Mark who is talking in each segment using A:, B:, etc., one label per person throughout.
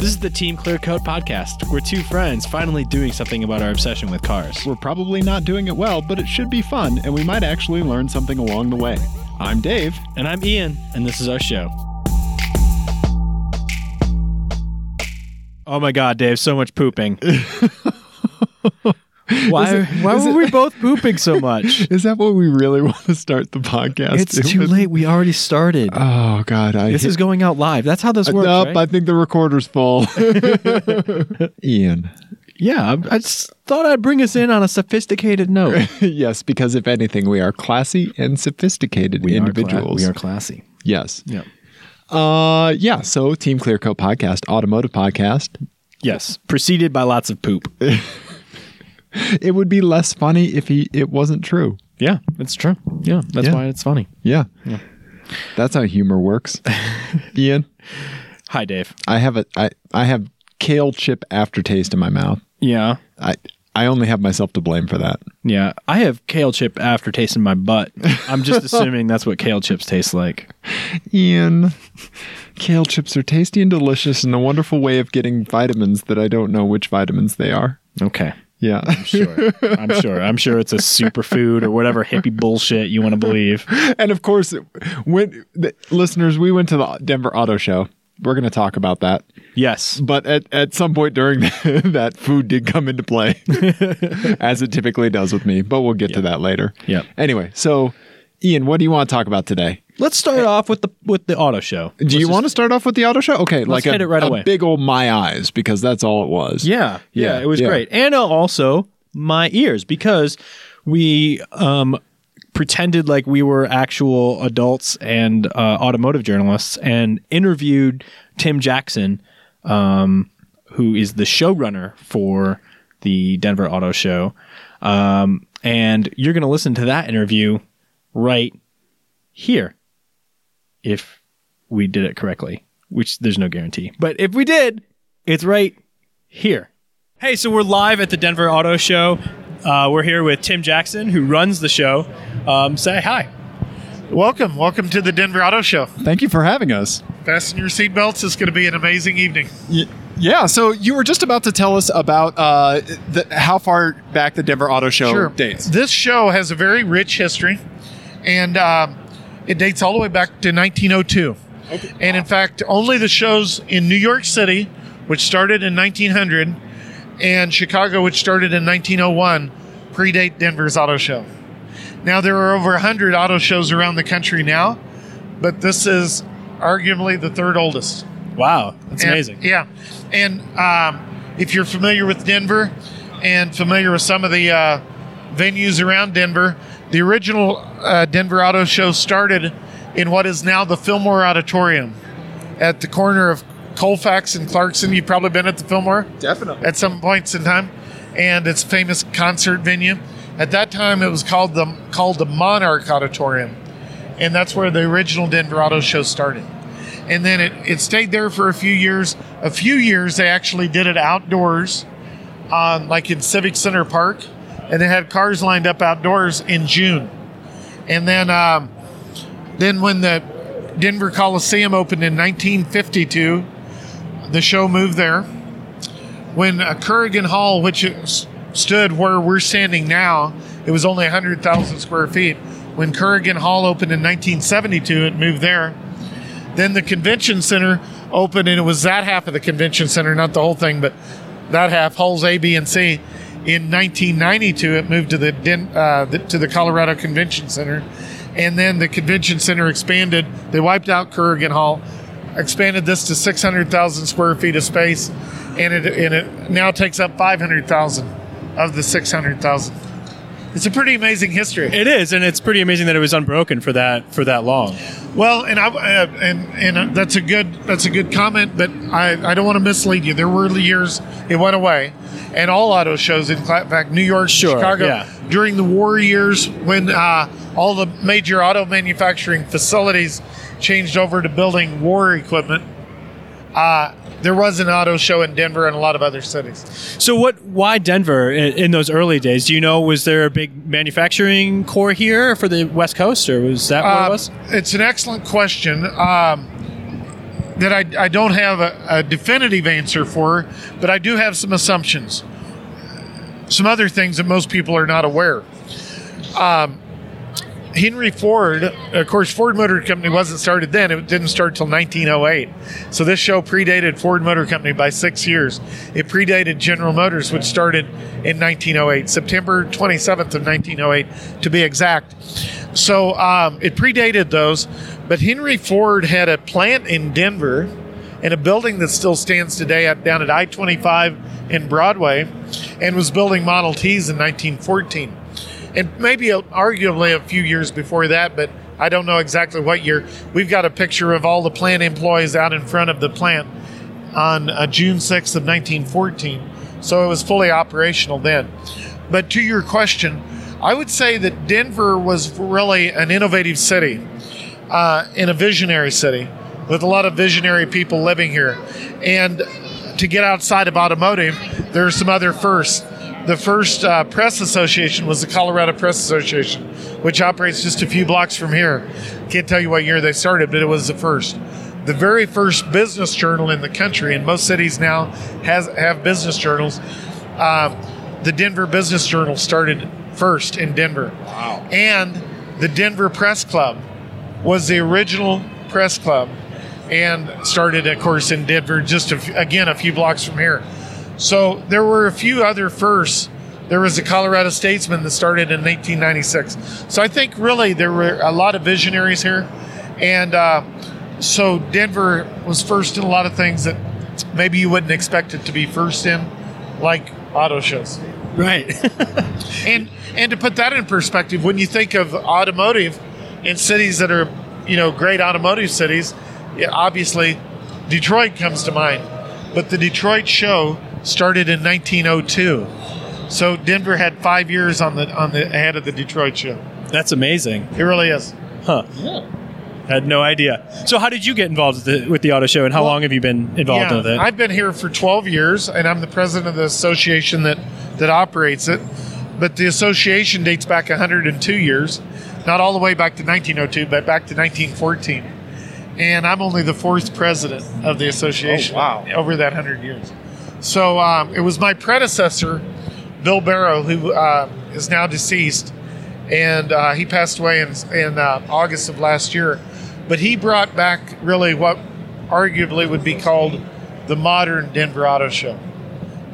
A: is the Team Clear Coat podcast. We're two friends finally doing something about our obsession with cars.
B: We're probably not doing it well, but it should be fun, and we might actually learn something along the way. I'm Dave.
A: And I'm Ian, and this is our show. Oh my God, Dave, so much pooping. why why
B: is
A: were
B: it-
A: we both pooping so much?
B: Is that what we really want to start the podcast?
A: It's
B: to?
A: too late. We already started.
B: Oh God, I
A: This is going out live. That's how this works.
B: nope.
A: right?
B: I think the recorder's full. Ian.
A: yeah, I'm- I just thought I'd bring us in on a sophisticated note.
B: yes, because if anything, we are classy and sophisticated individuals.
A: we are classy.
B: Yes.
A: Yeah.
B: Uh, yeah. So, Team Clear Coat podcast, automotive podcast.
A: Yes. Preceded by lots of poop.
B: It would be less funny if he it wasn't true.
A: Yeah, it's true. Yeah, that's
B: Yeah.
A: why it's funny.
B: Yeah. That's how humor works. Ian,
A: Hi, Dave.
B: I have a I I have kale chip aftertaste in my mouth.
A: Yeah.
B: I I only have myself to blame for that.
A: Yeah. I have kale chip aftertaste in my butt. I'm just assuming that's what kale chips taste like.
B: Ian, kale chips are tasty and delicious and a wonderful way of getting vitamins that I don't know which vitamins they are.
A: Okay.
B: Yeah.
A: Sure. I'm sure. I'm sure it's a superfood or whatever hippie bullshit you want to believe.
B: and of course, when the, listeners, we went to the Denver Auto Show. We're going to talk about that.
A: Yes.
B: But at, at some point during that, that, food did come into play, as it typically does with me. But we'll get to that later.
A: Yeah.
B: Anyway, so Ian, what do you want to talk about today?
A: Let's start off with the with the auto show.
B: Do you want to start off with the auto show? Okay, like
A: hit
B: a,
A: it right
B: a
A: away.
B: big old my eyes because that's all it was.
A: Yeah, yeah,
B: Yeah,
A: it was
B: yeah.
A: great, and uh, also my ears because we um, pretended like we were actual adults and uh, automotive journalists and interviewed Tim Jackson, um, who is the showrunner for the Denver Auto Show, um, and you're going to listen to that interview right here if we did it correctly, which there's no guarantee. But if we did, it's right here. Hey, so we're live at the Denver Auto Show. Uh, we're here with Tim Jackson, who runs the show. Um, say hi.
C: Welcome, welcome to the Denver Auto Show.
B: Thank you for having us.
C: Fasten your seatbelts; it's going to be an amazing evening.
B: Y- yeah. So you were just about to tell us about uh, the, how far back the Denver Auto Show Oh, dates.
C: This show has a very rich history, and um, it dates all the way back to 1902. And in fact, only the shows in New York City, which started in 1900, and Chicago, which started in 1901, predate Denver's auto show. Now, there are over 100 auto shows around the country now, but this is arguably the third oldest.
A: Wow, that's
C: And-
A: amazing.
C: yeah, and um, if you're familiar with Denver and familiar with some of the uh, venues around Denver, the original uh, Denver Auto Show started in what is now the Fillmore Auditorium at the corner of Colfax and Clarkson. You've probably been at the Fillmore
B: Definitely.
C: at some points in time, and it's a famous concert venue. At that time, it was called the called the Monarch Auditorium, and that's where the original Denver Auto Show started. And then it, it stayed there for a few years. A few years, they actually did it outdoors, on like in Civic Center Park, and they had cars lined up outdoors in June. And then, um, then when the Denver Coliseum opened in 1952, the show moved there when uh, Currigan Hall, which is- stood where we're standing now, it was only 100,000 square feet. When Currigan Hall opened in 1972, it moved there. Then the convention center opened, and it was that half of the convention center, not the whole thing, but that half, halls A, B, and C. In 1992, it moved to the, Den- uh, the to the Colorado Convention Center, and then the convention center expanded. They wiped out Currigan Hall, expanded this to 600,000 square feet of space, and it and it now takes up 500,000 of the 600,000. It's a pretty amazing history.
D: It is, and it's pretty amazing that it was unbroken for that for that long.
C: Well, and I uh, and and uh, that's a good that's a good comment, but I, I don't want to mislead you. There were years it went away, and all auto shows in cla- in fact New York,
D: Sure,
C: Chicago
D: yeah.
C: during the war years when uh, all the major auto manufacturing facilities changed over to building war equipment. Uh, there was an auto show in Denver and a lot of other cities.
D: So, what? Why Denver in, in those early days? Do you know? Was there a big manufacturing core here for the West Coast, or was that what
C: Uh,
D: it was?
C: It's an excellent question. Um, that I, I don't have a, a definitive answer for, but I do have some assumptions. Some other things that most people are not aware. Henry Ford, of course, Ford Motor Company wasn't started then. It didn't start till 1908. So this show predated Ford Motor Company by six years. It predated General Motors, which started in 1908, September 27th of 1908, to be exact. So um, it predated those. But Henry Ford had a plant in Denver and a building that still stands today at, down at I 25 in Broadway and was building Model Ts in 1914 and maybe a, arguably a few years before that, but I don't know exactly what year. We've got a picture of all the plant employees out in front of the plant on uh, June 6th of 1914. So it was fully operational then. But to your question, I would say that Denver was really an innovative city uh, and a visionary city with a lot of visionary people living here. And to get outside of automotive, there are some other firsts the first uh, press association was the Colorado Press Association, which operates just a few blocks from here. Can't tell you what year they started, but it was the first. The very first business journal in the country, and most cities now has have business journals. Uh, the Denver Business Journal started first in Denver. Wow. And the Denver Press Club was the original press club and started, of course, in Denver, just a f again a few blocks from here. So there were a few other firsts. There was a Colorado Statesman that started in 1896. So I think really there were a lot of visionaries here, and uh, so Denver was first in a lot of things that maybe you wouldn't expect it to be first in, like auto shows.
D: Right.
C: And and to put that in perspective, when you think of automotive in cities that are, you know, great automotive cities, yeah, obviously Detroit comes to mind. But the Detroit show started in 1902. So Denver had 5 years on the on the ahead of the Detroit show.
D: That's amazing.
C: It really is.
D: Huh.
C: Yeah.
D: Had no idea. So how did you get involved with the, with the auto show and how long have you been involved with it?
C: I've been here for 12 years, and I'm the president of the association that that operates it. But the association dates back 102 years, not all the way back to 1902, but back to 1914. And I'm only the fourth president of the association
D: Oh,
B: wow.
C: over that 100 years. So um, it was my predecessor, Bill Barrow, who uh, is now deceased, and uh, he passed away in, in uh, August of last year. But he brought back really what arguably would be called the modern Denver Auto Show.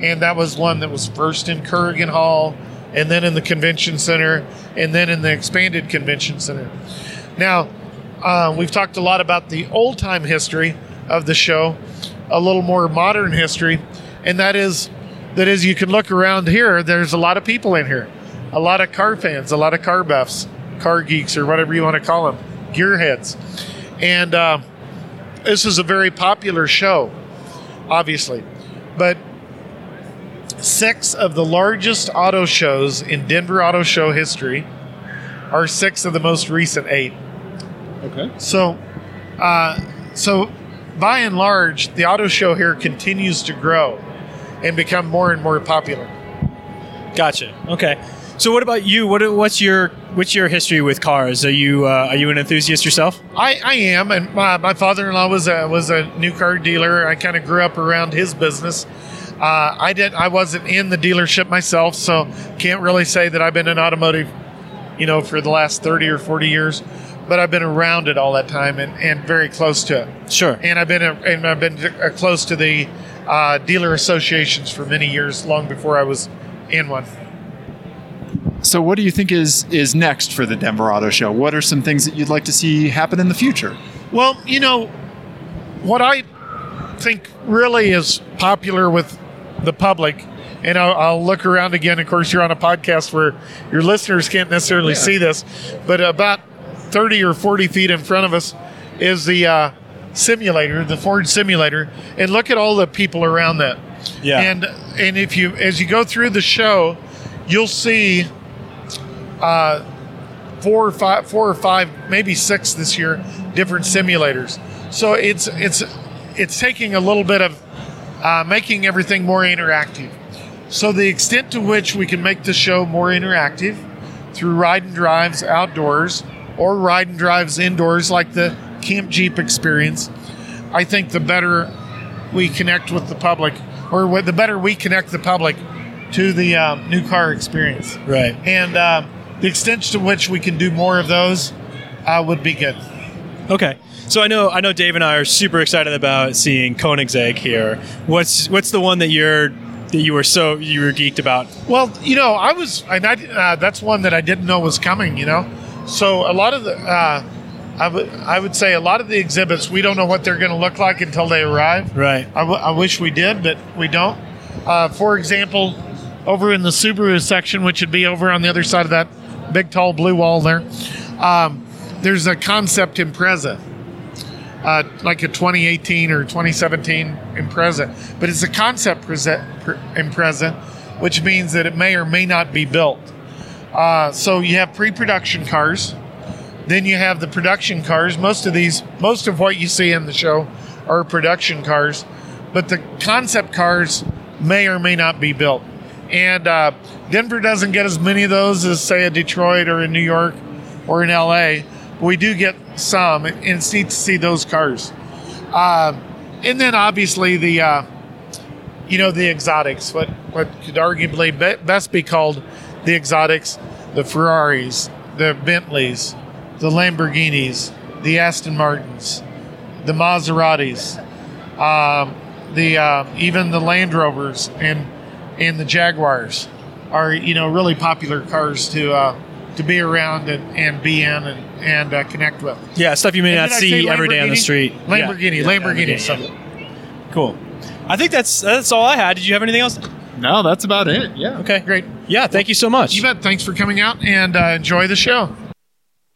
C: And that was one that was first in Kerrigan Hall, and then in the convention center, and then in the expanded convention center. Now, uh, we've talked a lot about the old time history of the show, a little more modern history, and that is that is you can look around here. There's a lot of people in here, a lot of car fans, a lot of car buffs, car geeks, or whatever you want to call them, gearheads, and uh, this is a very popular show, obviously, but. Six of the largest auto shows in Denver Auto Show history are six of the most recent eight.
B: Okay.
C: So, uh, so by and large, the auto show here continues to grow and become more and more popular.
D: Gotcha. Okay. So what about you? What what's your what's your history with cars? Are you uh, are you an enthusiast yourself?
C: I, I am, and my, my father-in-law was a was a new car dealer. I kind of grew up around his business. Uh, I didn't. I wasn't in the dealership myself, so can't really say that I've been in automotive, you know, for the last thirty or forty years. But I've been around it all that time and, and very close to it.
D: Sure.
C: and I've been and I've been uh, close to the uh, dealer associations for many years, long before I was in one.
B: So, what do you think is is next for the Denver Auto Show? What are some things that you'd like to see happen in the future?
C: Well, you know, what I think really is popular with the public, and I'll, I'll look around again. Of course, you're on a podcast where your listeners can't necessarily see this, but about 30 or 40 feet in front of us is the uh, simulator, the Ford simulator, and look at all the people around that.
D: Yeah.
C: And and if you as you go through the show, you'll see uh, four or five, four or five, maybe six this year, different simulators. So it's it's it's taking a little bit of uh, making everything more interactive. So the extent to which we can make the show more interactive through ride and drives outdoors or ride and drives indoors, like the Camp Jeep experience, I think the better we connect with the public, or what- the better we connect the public to the um, new car experience.
D: Right.
C: And um, the extent to which we can do more of those uh, would be good.
D: Okay. So I know I know Dave and I are super excited about seeing Koenigsegg here. What's what's the one that you're that you were so you were geeked about?
C: Well, you know, I was, and I, uh, that's one that I didn't know was coming, you know? So a lot of the, uh, I would- I would say a lot of the exhibits, we don't know what they're going to look like until they arrive.
D: Right.
C: I, w- I wish we did, but we don't. Uh, for example, over in the Subaru section, which would be over on the other side of that big tall blue wall there, um, there's a concept Impreza, uh, like a 2018 or 2017 Impreza, but it's a concept prese- pr- Impreza, which means that it may or may not be built. Uh, so you have pre-production cars. Then you have the production cars. Most of these, most of what you see in the show are production cars, but the concept cars may or may not be built. And uh, Denver doesn't get as many of those as, say, a Detroit or in New York or in LA. But we do get some, and it's neat to see those cars. Uh, and then obviously the, uh, you know, the exotics, what, what could arguably be, best be called the exotics, the Ferraris, the Bentleys, the Lamborghinis, the Aston Martins, the Maseratis, um, the uh, even the Land Rovers and and the Jaguars are you know really popular cars to uh, to be around and, and be in and and uh, connect with.
D: Yeah, stuff you may
C: And
D: not
C: did I say
D: see every day on the
C: Lamborghini?
D: street.
C: Lamborghini,
D: Yeah.
C: Lamborghini,
D: yeah.
C: something.
D: Cool. I think that's that's all I had. Did you have anything else?
B: No, that's about it. Yeah.
D: Okay,
C: Great.
D: Yeah, thank you so much.
C: You bet. Thanks for coming out and uh, enjoy the show.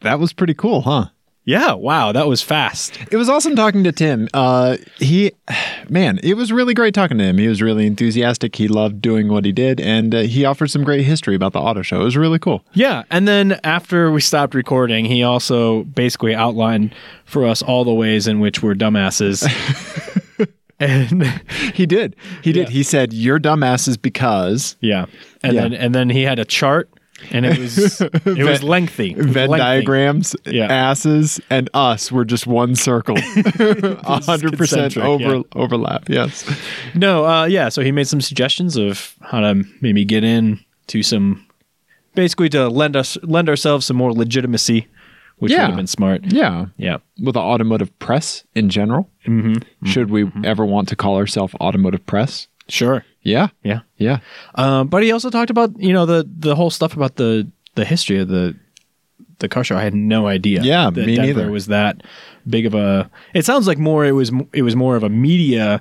B: That was pretty cool, huh?
A: Yeah, wow, that was fast.
B: It was awesome talking to Tim. Uh, he, man, it was really great talking to him. He was really enthusiastic. He loved doing what he did, and uh, he offered some great history about the auto show. It was really cool.
A: Yeah, and then after we stopped recording, he also basically outlined for us all the ways in which we're dumbasses. and
B: He did. He did. He said, "You're dumbasses because."
A: yeah, and
B: Yeah.
A: then and then he had a chart, and it was it was lengthy. It was
B: Venn
A: lengthy.
B: diagrams,
A: Yeah.
B: asses, and us were just one circle, hundred percent
A: concentric,
B: over
A: yeah.
B: overlap. Yes,
A: No, uh, yeah. So he made some suggestions of how to maybe get in to some, basically to lend us lend ourselves some more legitimacy, which
B: Yeah.
A: would have been smart.
B: yeah,
A: Yeah.
B: With the automotive press in general, mm-hmm. should we ever want to call ourselves automotive press?
A: Sure.
B: Yeah,
A: Yeah.
B: yeah.
A: Um, but he also talked about you know the the whole stuff about the the history of the the car show. I had no idea.
B: Yeah,
A: that
B: me
A: Denver
B: neither.
A: Was that big of a? It sounds like more. It was it was more of a media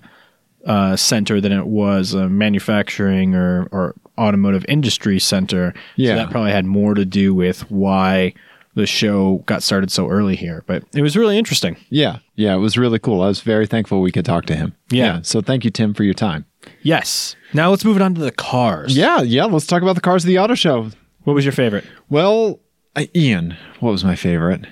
A: uh, center than it was a manufacturing or or automotive industry center.
B: Yeah.
A: so that probably had more to do with why the show got started so early here. But it was really interesting.
B: Yeah. Yeah. It was really cool. I was very thankful we could talk to him.
A: Yeah.
B: so thank you, Tim, for your time.
A: Yes. Now let's move it on to the cars.
B: Yeah. Yeah. Let's talk about the cars of the auto show.
A: What was your favorite?
B: Well, I, Ian, what was my favorite?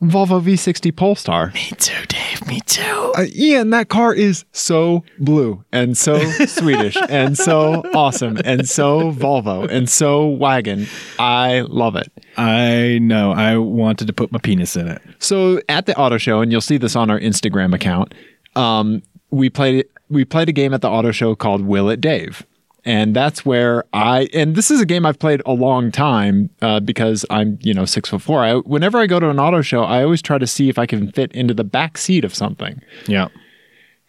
B: Volvo V60 Polestar.
A: Me too, Dave. Me too.
B: Uh, Ian, that car is so blue and so Swedish and so awesome and so Volvo and so wagon. I love it.
A: I know. I wanted to put my penis in it.
B: So at the auto show, and you'll see this on our Instagram account, um, we played we played a game at the auto show called Will It Dave, and that's where I and this is a game I've played a long time uh, because I'm you know six foot four. I, whenever I go to an auto show, I always try to see if I can fit into the back seat of something.
A: Yeah.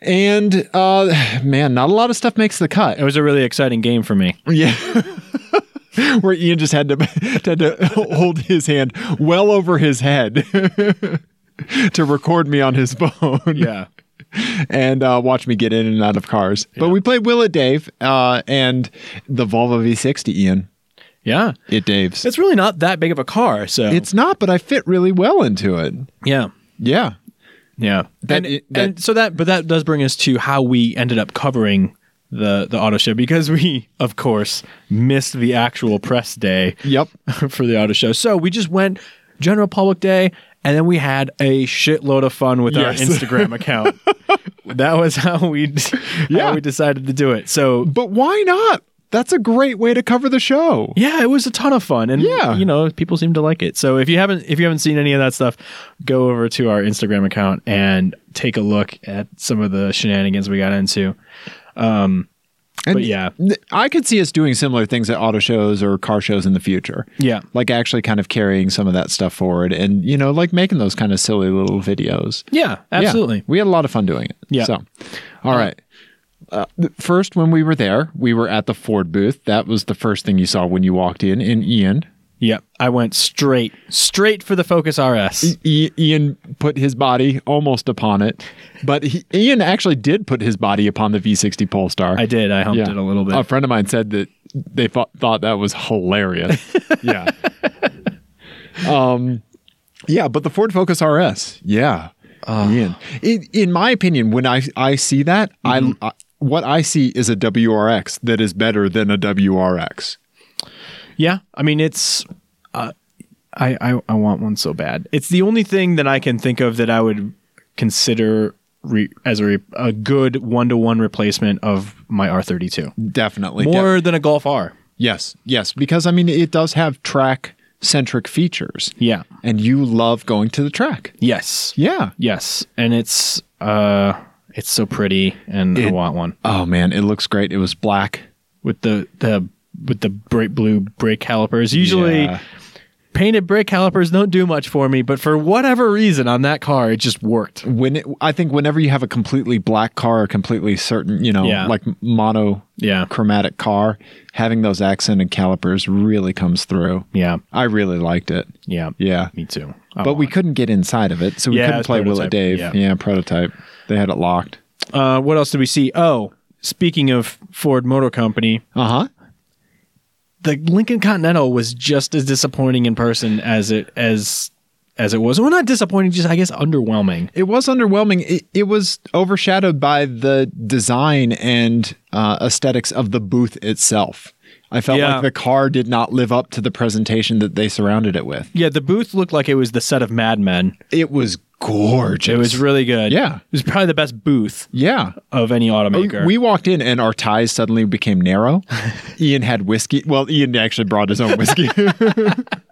B: And uh, man, not a lot of stuff makes the cut.
A: It was a really exciting game for me.
B: Yeah. Where Ian just had to had to hold his hand well over his head to record me on his phone.
A: Yeah.
B: and uh, watch me get in and out of cars. But we played Will It Dave uh, and the Volvo V60, Ian.
A: Yeah.
B: It Dave's. It's,
A: It's really not that big of a car, so
B: not, but I fit really well into it.
A: yeah.
B: Yeah.
A: Yeah.
B: That-
A: and,
B: it- that-
A: and so that but that does bring us to how we ended up covering the the auto show because we of course missed the actual press day
B: Yep.
A: for the auto show. So we just went general public day and then we had a shitload of fun with
B: Yes.
A: our Instagram account. that was how we
B: Yeah.
A: how we decided to do it. So
B: But why not? That's a great way to cover the show.
A: Yeah, it was a ton of fun, and
B: Yeah.
A: you know, people seem to like it. So if you haven't if you haven't seen any of that stuff, go over to our Instagram account and take a look at some of the shenanigans we got into.
B: And
A: But yeah.
B: th- I could see us doing similar things at auto shows or car shows in the future.
A: Yeah.
B: Like actually kind of carrying some of that stuff forward and, you know, like making those kind of silly little videos.
A: Yeah,
B: Yeah.
A: absolutely.
B: we had a lot of fun doing it.
A: Yeah.
B: So, all right. Uh, th- first, when we were there, we were at the Ford booth. That was the first thing you saw when you walked in. And Ian,
A: Yep, I went straight straight for the Focus RS.
B: I- Ian put his body almost upon it, but he, Ian actually did put his body upon the V60 Polestar.
A: I did. I humped
B: Yeah.
A: it a little bit.
B: A friend of mine said that they thought, thought that was hilarious. yeah. Um, yeah, but the Ford Focus RS. Yeah. Ian. In, in my opinion, when I, I see that, I, I what I see is a WRX that is better than a WRX.
A: Yeah, I mean it's. Uh, I, I I want one so bad. It's the only thing that I can think of that I would consider re- as a, re- a good one to one replacement of my R32.
B: Definitely.
A: More than a Golf R.
B: Yes, yes, because I mean it does have track centric features.
A: Yeah.
B: And you love going to the track.
A: Yes.
B: Yeah.
A: Yes, and it's uh, it's so pretty, and I
B: It-
A: want one
B: Oh man, it looks great. It was black.
A: with the the with the bright blue brake calipers. Usually.
B: Yeah.
A: Painted brake calipers don't do much for me, but for whatever reason on that car, it just worked.
B: when it, I think whenever you have a completely black car, a completely certain, you know,
A: Yeah.
B: like mono
A: Yeah.
B: chromatic car, having those accented calipers really comes through.
A: Yeah,
B: I really liked it.
A: yeah,
B: Yeah.
A: Me too. Oh. I
B: But
A: want
B: we couldn't get inside of it, so we
A: Yeah,
B: couldn't
A: it's
B: play Will
A: prototype.
B: It Dave.
A: Yeah.
B: yeah, prototype. They had it locked.
A: Uh, what else did we see? Oh, speaking of Ford Motor Company,
B: Uh huh.
A: the Lincoln Continental was just as disappointing in person as it as as it was. Well, not disappointing, just I guess underwhelming.
B: It was underwhelming. It, it was overshadowed by the design and uh, aesthetics of the booth itself. I felt
A: Yeah.
B: like the car did not live up to the presentation that they surrounded it with.
A: Yeah, the booth looked like it was the set of Mad Men.
B: It was gorgeous.
A: It was really good.
B: Yeah.
A: it was probably the best booth
B: Yeah.
A: of any automaker.
B: We walked in and our ties suddenly became narrow. Ian had whiskey. Well, Ian actually brought his own whiskey.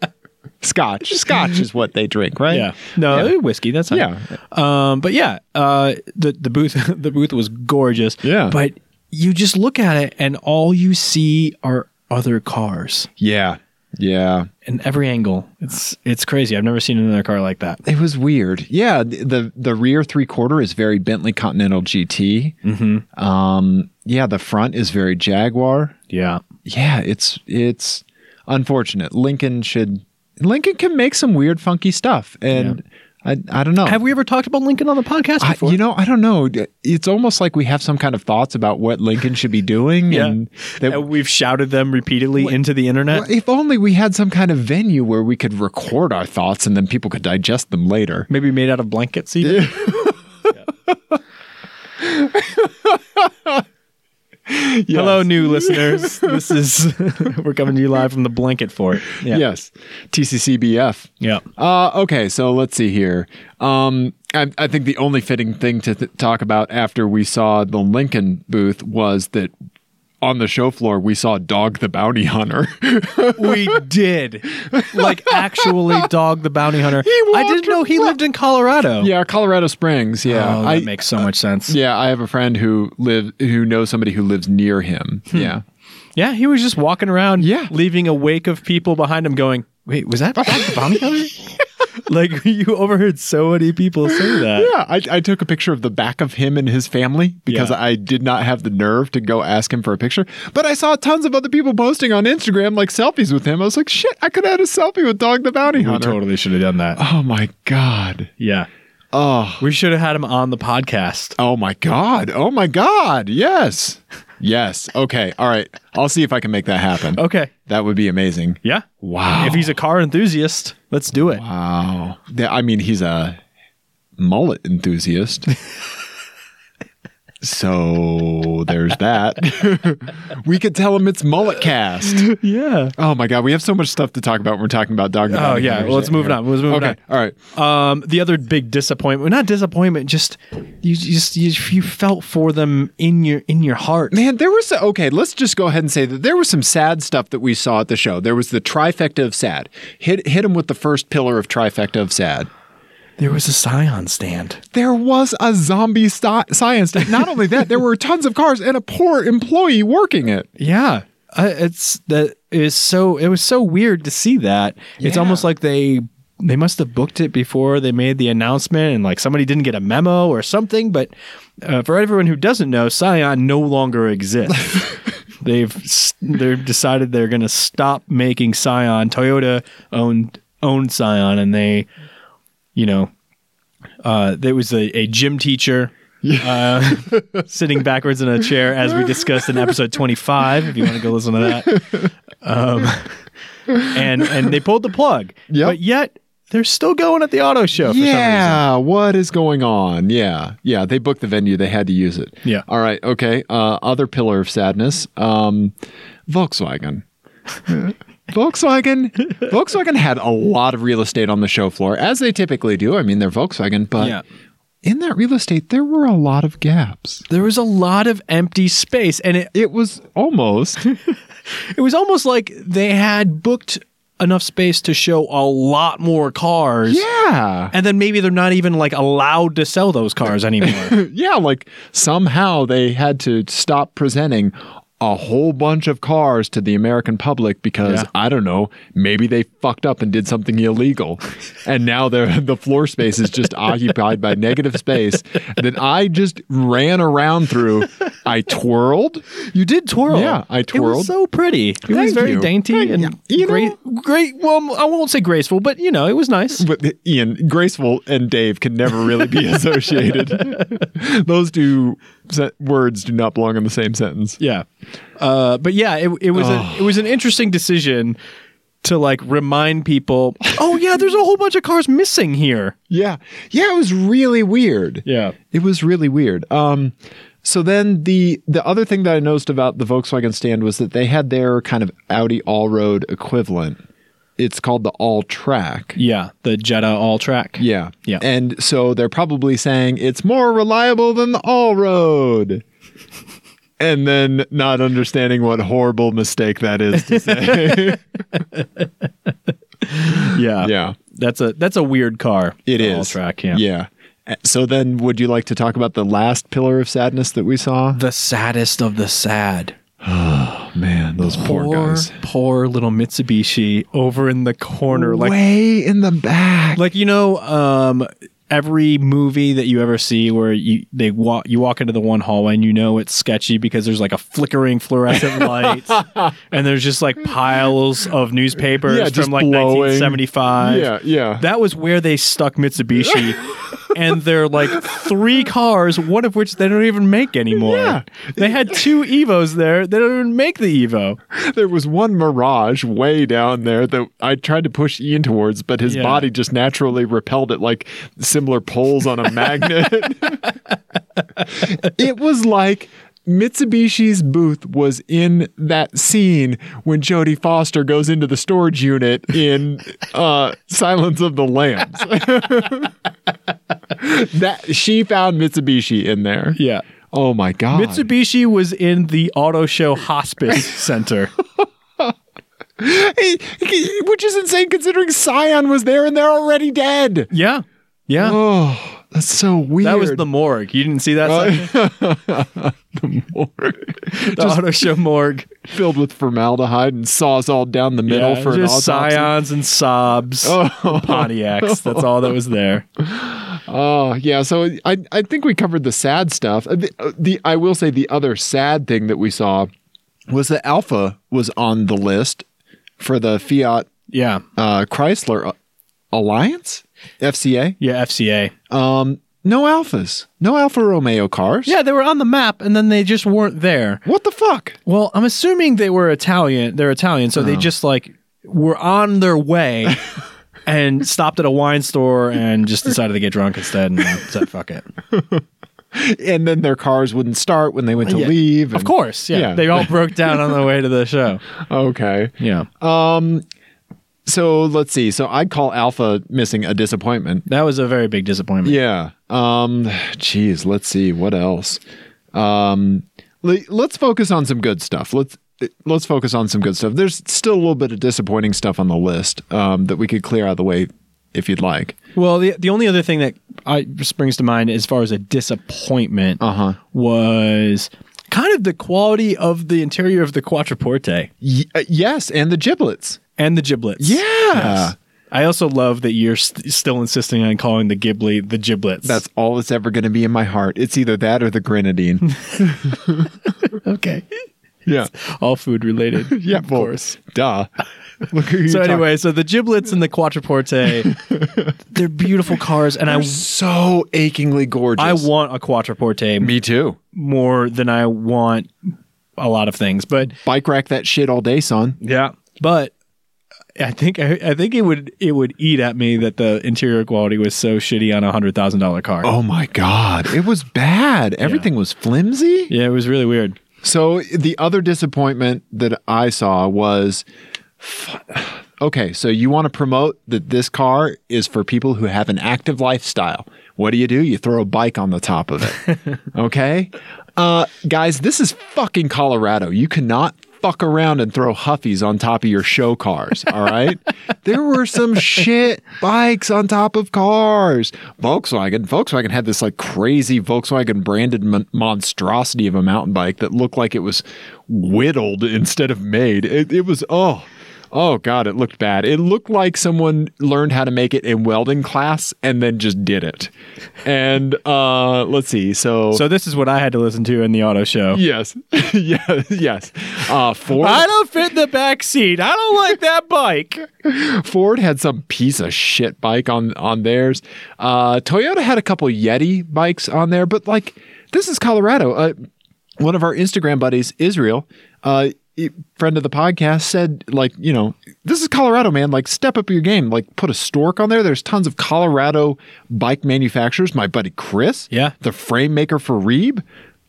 B: Scotch. Scotch is what they drink, right?
A: yeah, no
B: Yeah.
A: whiskey. That's fine.
B: Yeah.
A: Um, but yeah, uh, the the booth the booth was gorgeous.
B: Yeah.
A: but you just look at it and all you see are other cars.
B: Yeah. Yeah.
A: in every angle. It's it's crazy. I've never seen another car like that.
B: It was weird. Yeah. th- The the rear three quarter is very Bentley Continental GT. Mm-hmm. Um, yeah. The front is very Jaguar.
A: Yeah.
B: Yeah. It's it's unfortunate. Lincoln should Lincoln can make some weird funky stuff, and I I don't know.
A: Have we ever talked about Lincoln on the podcast
B: I,
A: before?
B: you know, I don't know. It's almost like we have some kind of thoughts about what Lincoln should be doing,
A: Yeah.
B: and that
A: And we've shouted them repeatedly into the internet.
B: if only we had some kind of venue where we could record our thoughts and then people could digest them later.
A: Maybe made out of blankets. Even. Hello, new listeners. This is we're coming to you live from the blanket fort. Yeah.
B: Yes, TCCBF.
A: Yeah.
B: Uh, okay, so let's see here. Um, I, I think the only fitting thing to th- talk about after we saw the Lincoln booth was that on the show floor we saw Dog the Bounty Hunter.
A: We did, like, actually, dog the bounty hunter. I
B: walked
A: didn't know he lived in Colorado.
B: yeah, Colorado Springs. Yeah,
A: Oh, that
B: I,
A: makes so much sense.
B: Yeah, I have a friend who live who knows somebody who lives near him. Yeah.
A: Yeah, he was just walking around,
B: Yeah.
A: leaving a wake of people behind him going, Wait, was that Bob the Bounty Hunter? like, you overheard so many people say that.
B: Yeah, I, I took a picture of the back of him and his family because
A: Yeah.
B: I did not have the nerve to go ask him for a picture. But I saw tons of other people posting on Instagram like selfies with him. I was like, shit, I could have had a selfie with Dog the Bounty Hunter.
A: should have done that.
B: Oh my god.
A: Yeah.
B: Oh.
A: We should have had him on the podcast.
B: Oh my god. Oh my god. Yes. Yes. Okay. All right. I'll see if I can make that happen.
A: Okay.
B: That would be amazing.
A: Yeah.
B: Wow.
A: If he's a car enthusiast, let's do it.
B: Wow. Yeah, I mean, he's a mullet enthusiast. So there's that. we could tell him it's mullet cast.
A: Yeah.
B: Oh my god, we have so much stuff to talk about when we're talking about dog.
A: Oh yeah. Well, let's move on. Let's move
B: Okay.
A: on.
B: All right.
A: Um, the other big disappointment, not disappointment, just you just you, you felt for them in your in your heart.
B: Man, there was okay. Let's just go ahead and say that there was some sad stuff that we saw at the show. There was the trifecta of sad. Hit hit him with the first pillar of trifecta of sad.
A: There was a Scion stand.
B: There was a zombie sti- science. day. Not only that, there were tons of cars and a poor employee working it.
A: Yeah, uh, it's that is so. It was so weird to see that. It's
B: Yeah.
A: almost like they they must have booked it before they made the announcement, and like somebody didn't get a memo or something. But uh, for everyone who doesn't know, Scion no longer exists. they've s- they've decided they're going to stop making Scion. Toyota owned owned Scion, and they, you know. Uh, there was a, a gym teacher uh, sitting backwards in a chair as we discussed in episode 25 if you want to go listen to that um, and and they pulled the plug
B: Yep.
A: but yet they're still going at the auto show for some
B: yeah, what is going on? Yeah, yeah. They booked the venue. They had to use it.
A: Yeah.
B: All right. Okay. Uh, other pillar of sadness. Um, Volkswagen. Volkswagen. Volkswagen had a lot of real estate on the show floor, as they typically do. I mean, they're Volkswagen, but
A: reason yeah
B: in that real estate, there were a lot of gaps.
A: there was a lot of empty space and it,
B: It was almost
A: it was almost like they had booked enough space to show a lot more cars
B: yeah.
A: and then maybe they're not even like allowed to sell those cars anymore
B: yeah, like somehow they had to stop presenting a whole bunch of cars to the American public because
A: Yeah.
B: I don't know, maybe they fucked up and did something illegal, and now the the floor space is just occupied by negative space that I just ran around through. I twirled.
A: you did twirl
B: Yeah, I
A: it
B: twirled.
A: was so pretty it was
B: Thank
A: very
B: you.
A: dainty
B: Thank
A: and
B: you. You
A: great great well i won't say graceful but you know it was nice
B: But Ian, graceful and Dave can never really be associated. Those two se- words do not belong in the same sentence.
A: Yeah. Uh, but yeah, it, it was a, it was an interesting decision to like remind people, oh yeah, there's a whole bunch of cars missing here.
B: Yeah. Yeah, it was really weird.
A: Yeah.
B: It was really weird. Um so then the the other thing that I noticed about the Volkswagen stand was that they had their kind of Audi all-road equivalent. It's called the all track.
A: Yeah, the Jetta all track.
B: Yeah.
A: Yeah.
B: And so they're probably saying it's more reliable than the all road. And then not understanding what horrible mistake that is to say.
A: Yeah.
B: yeah.
A: That's a that's a weird car.
B: It
A: the
B: is
A: all track, yeah.
B: Yeah. Uh, So then would you like to talk about the last pillar of sadness that we saw?
A: The saddest of the sad.
B: Man, those poor, guys.
A: poor little Mitsubishi over in the corner like
B: Way in the back.
A: like you know um every movie that you ever see where you they walk you walk into the one hallway and you know it's sketchy because there's like a flickering fluorescent light and there's just like piles of newspapers
B: Yeah, just
A: from like
B: blowing.
A: 1975
B: yeah, yeah.
A: that was where they stuck Mitsubishi and they're like three cars one of which they don't even make anymore
B: Yeah.
A: they had two evos there they don't even make the evo
B: there was one mirage way down there that I tried to push Ian towards, but his
A: Yeah.
B: body just naturally repelled it like similar poles on a magnet. it was like Mitsubishi's booth was in that scene when Jodie Foster goes into the storage unit in uh, Silence of the Lambs. that she found Mitsubishi in there.
A: yeah
B: Oh my god.
A: Mitsubishi was in the auto show hospice center
B: which is insane considering Scion was there and they're already dead.
A: Yeah. Yeah.
B: Oh, that's so weird. Oh,
A: that was the morgue. You didn't see that section? the auto show morgue.
B: filled with formaldehyde and saws all down the middle
A: Yeah,
B: for an
A: just
B: autopsy.
A: scions and sobs, and Pontiacs. That's all that was there.
B: Oh, yeah. So I I think we covered the sad stuff. Uh, The, uh, the I will say the other sad thing that we saw was that Alpha was on the list for the Fiat
A: Yeah.
B: uh, Chrysler uh, Alliance FCA.
A: Yeah, FCA.
B: Um, no Alphas, no Alfa Romeo cars.
A: Yeah, they were on the map and then they just weren't there.
B: What the fuck?
A: Well, I'm assuming they were Italian. They're Italian, so
B: Oh.
A: they just like were on their way and stopped at a wine store and just decided to get drunk instead and said fuck it.
B: and then their cars wouldn't start when they went to
A: Yeah.
B: leave.
A: Of
B: and-
A: course, yeah.
B: Yeah.
A: They all broke down on the way to the show.
B: Okay.
A: Yeah.
B: So let's see. So I'd call Alpha missing a disappointment.
A: that was a very big disappointment.
B: Yeah. Um. Geez. Let's see. What else? Um. le- Let's focus on some good stuff. Let's let's focus on some good stuff. There's still a little bit of disappointing stuff on the list um, that we could clear out of the way if you'd like.
A: Well, the the only other thing that I springs to mind as far as a disappointment
B: Uh-huh.
A: was kind of the quality of the interior of the quattroporte
B: Y- uh, yes, and the giblets.
A: and the giblets.
B: Yeah.
A: I also love that you're st- still insisting on calling the Ghibli the giblets.
B: That's all that's ever going to be in my heart. It's either that or the grenadine.
A: okay.
B: yeah.
A: All food related.
B: Yeah, of course. Duh. Look who you're
A: So
B: talking-
A: anyway, so the giblets and the quattroporte, they're beautiful cars, and I
B: so achingly gorgeous.
A: I want a quattroporte
B: Me too.
A: more than I want a lot of things. But
B: Bike rack that shit all day, son.
A: yeah, but I think I, I think it would it would eat at me that the interior quality was so shitty on a hundred thousand dollar car.
B: Oh my god, it was bad. Everything was flimsy.
A: Yeah, it was really weird.
B: So the other disappointment that I saw was okay, so you want to promote that this car is for people who have an active lifestyle. What do you do? You throw a bike on the top of it. okay? Uh, guys, this is fucking Colorado. You cannot fuck around and throw huffies on top of your show cars, all right? there were some shit bikes on top of cars. Volkswagen, Volkswagen had this like crazy Volkswagen branded mon- monstrosity of a mountain bike that looked like it was whittled instead of made. It, it was oh Oh god, it looked bad. It looked like someone learned how to make it in welding class and then just did it. And uh let's see. So,
A: So this is what I had to listen to in the auto show.
B: yes. yes. Yes. Uh Ford
A: I don't fit the back seat. I don't like that bike.
B: Ford had some piece of shit bike on on theirs. Uh Toyota had a couple Yeti bikes on there, but like this is Colorado. Uh, one of our Instagram buddies, Israel, uh e- friend of the podcast said like you know this is colorado man like step up your game like put a stork on there there's tons of colorado bike manufacturers my buddy chris
A: Yeah.
B: the frame maker for reeb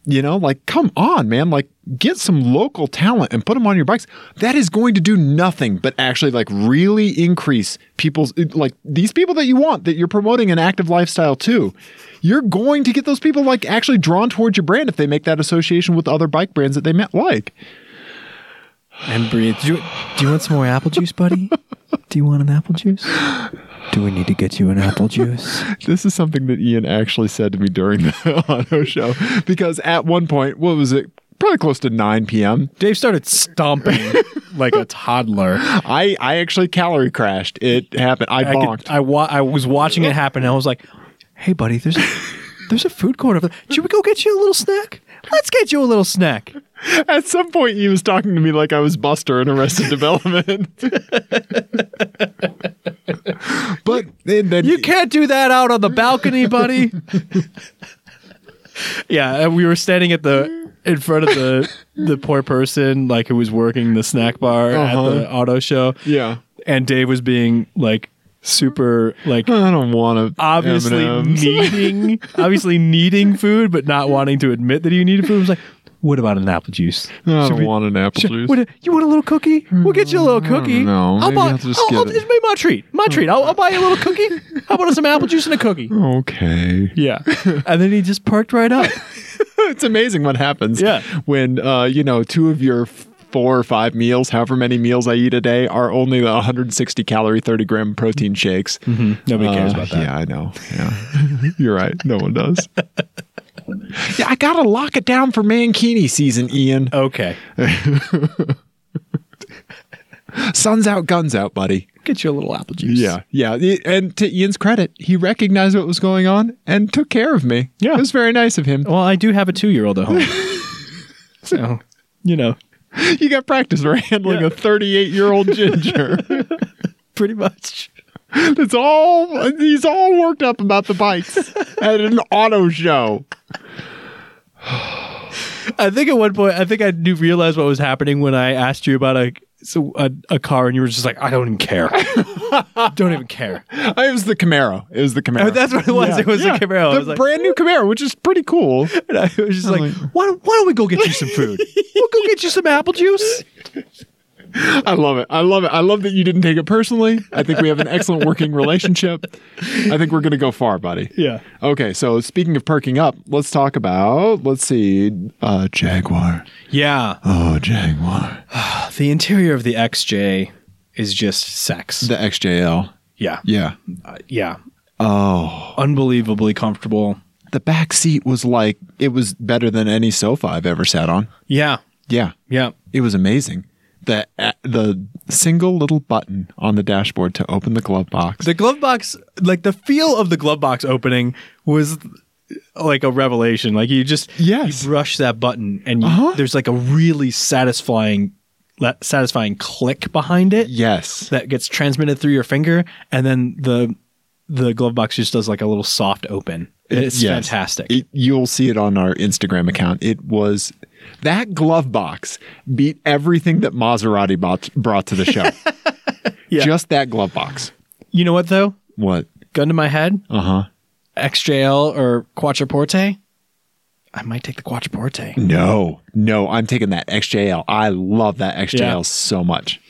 B: you know like come on man like get some local talent and put them on your bikes that is going to do nothing but actually like really increase people's like these people that you want that you're promoting an active lifestyle to you're going to get those people like actually drawn towards your brand if they make that association with other bike brands that they met like
A: And breathe. Do you, do you want some more apple juice, buddy? Do you want an apple juice? Do we need to get you an apple juice?
B: This is something that Ian actually said to me during the auto show because at one point, what was it? Probably close to 9 p.m.
A: Dave started stomping like a toddler.
B: I, I actually calorie crashed. It happened. I
A: I,
B: bonked.
A: could, I, wa- I was watching it happen and I was like, hey, buddy, there's a, there's a food court over there. Should we go get you a little snack? Let's get you a little snack.
B: at some point, he was talking to me like I was Buster in Arrested Development. but then, then
A: You can't do that out on the balcony, buddy. yeah, and we were standing at the in front of the the poor person like who was working the snack bar
B: Uh-huh.
A: at the auto show.
B: Yeah.
A: And Dave was being like super like
B: I don't want to.
A: obviously needing obviously needing food but not wanting to admit that he needed food. It was like, "What about an apple juice?"
B: I
A: Should
B: don't
A: we-
B: want an apple
A: should-
B: juice.
A: what- you want a little cookie? We'll get you a little cookie.
B: know.
A: I'll
B: Maybe
A: buy.
B: I'll just
A: I'll-
B: get
A: I'll-
B: it.
A: it's my treat. My treat. I'll, I'll buy you a little cookie. How about some apple juice and a cookie?
B: okay.
A: Yeah. And then he just perked right up.
B: it's amazing what happens
A: Yeah.
B: when uh, you know two of your f- four or five meals however many meals i eat a day are only the 160 calorie 30 gram protein shakes
A: Nobody cares
B: Uh,
A: about that.
B: yeah i know yeah you're right no one does yeah i gotta lock it down for mankini season ian
A: Okay.
B: sun's out guns out buddy
A: Get you a little apple juice.
B: yeah yeah I- and to ian's credit he recognized what was going on and took care of me
A: Yeah. Oh.
B: it was very nice of him
A: Well, I do have a two year old at home. so, you know,
B: you got practice for handling
A: Yeah.
B: a 38 year old ginger
A: pretty much.
B: It's all he's all worked up about the bikes at an auto show.
A: I think at one point, I think I knew realized what was happening when I asked you about a so a, a car and you were just like, I don't even care. don't even care.
B: It was the Camaro. It was the Camaro.
A: Oh, that's what it was. It was
B: Yeah.
A: a Camaro.
B: The
A: I was like,
B: brand new Camaro, which is pretty cool.
A: and I was just like, why, don't- why don't we go get you some food? we'll go get you some apple juice.
B: I love it. I love it. I love that you didn't take it personally. I think we have an excellent working relationship. I think we're going to go far, buddy.
A: Yeah.
B: Okay, so speaking of perking up, let's talk about let's see, uh, Jaguar.
A: Yeah.
B: Oh, Jaguar.
A: The interior of the XJ is just sex.
B: The XJL.
A: yeah.
B: Yeah.
A: Yeah.
B: Oh,
A: Unbelievably comfortable.
B: the back seat was like it was better than any sofa I've ever sat on.
A: Yeah.
B: Yeah,
A: Yeah.
B: it was amazing. The the single little button on the dashboard to open the glove box.
A: The glove box, like the feel of the glove box opening was like a revelation. Like you just
B: Yes.
A: you brush that button and you, there's like a really satisfying la- satisfying click behind it
B: yes.
A: that gets transmitted through your finger and then the the glove box just does like a little soft open. It's
B: Yes.
A: fantastic.
B: It, you'll see it on our Instagram account. It was that glove box beat everything that Maserati bought, brought to the show.
A: Yeah.
B: Just that glove box.
A: you know what though?
B: What?
A: Gun to my head,
B: Uh huh.
A: XJL or Quattroporte? I might take the Quattroporte.
B: No, no, I'm taking that XJL. I love that XJL
A: Yeah. Hmm.
B: so much.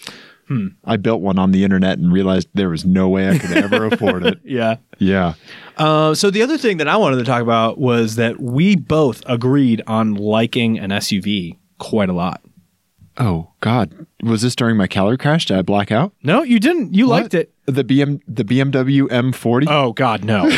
B: I built one on the internet and realized there was no way I could ever afford it.
A: Yeah.
B: Yeah.
A: Uh, so the other thing that I wanted to talk about was that we both agreed on liking an SUV quite a lot.
B: Oh God, was this during my calorie crash? Did I black out?
A: No, you didn't. You liked
B: What?
A: it.
B: The BM, the BMW M40.
A: Oh God, no!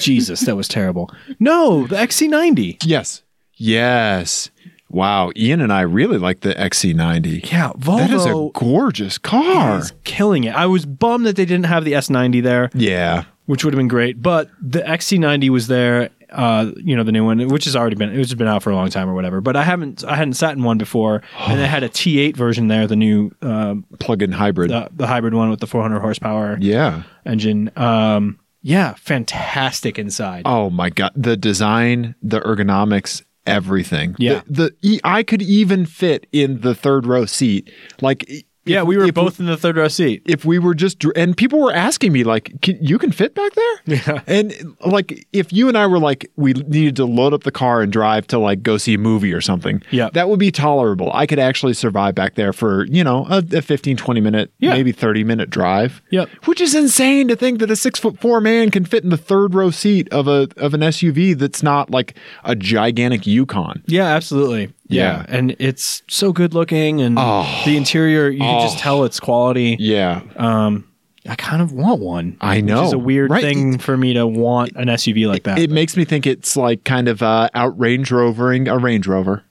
A: Jesus, that was terrible. No, the XC90.
B: Yes. Yes. Wow. Ian and I really like the XC90.
A: Yeah, Volvo
B: That is a gorgeous car.
A: is killing it. I was bummed that they didn't have the S90 there,
B: Yeah.
A: which would have been great. But the XC90 was there. Uh, you know the new one, which has already been it's been out for a long time or whatever. But I haven't I hadn't sat in one before, and they had a T8 version there, the new uh,
B: Plug in hybrid.
A: the, the hybrid one with the 400 horsepower.
B: yeah.
A: engine. Um, yeah, fantastic inside.
B: Oh my God. The design, the ergonomics, everything.
A: Yeah.
B: The, the e- I could even fit in the third row seat. Like, i-
A: yeah,
B: if-
A: we were
B: if
A: both in the third row seat.
B: if we were just dr- and people were asking me like can, you can fit back there
A: Yeah.
B: and like if you and i were like we needed to load up the car and drive to like go see a movie or something
A: Yeah.
B: that would be tolerable i could actually survive back there for you know a, a 15 20 minute
A: Yeah.
B: maybe 30 minute drive
A: Yep.
B: which is insane to think that a six foot four man can fit in the third row seat of a of an suv that's not like a gigantic yukon
A: Yeah, absolutely.
B: Yeah.
A: and it's so good looking, and the interior you can just tell it's quality.
B: yeah
A: I kind of want one.
B: I
A: which
B: know,
A: is a weird
B: right?
A: thing for me to want an SUV like that.
B: it makes me think it's like kind of uh, out Range Rovering a Range Rover.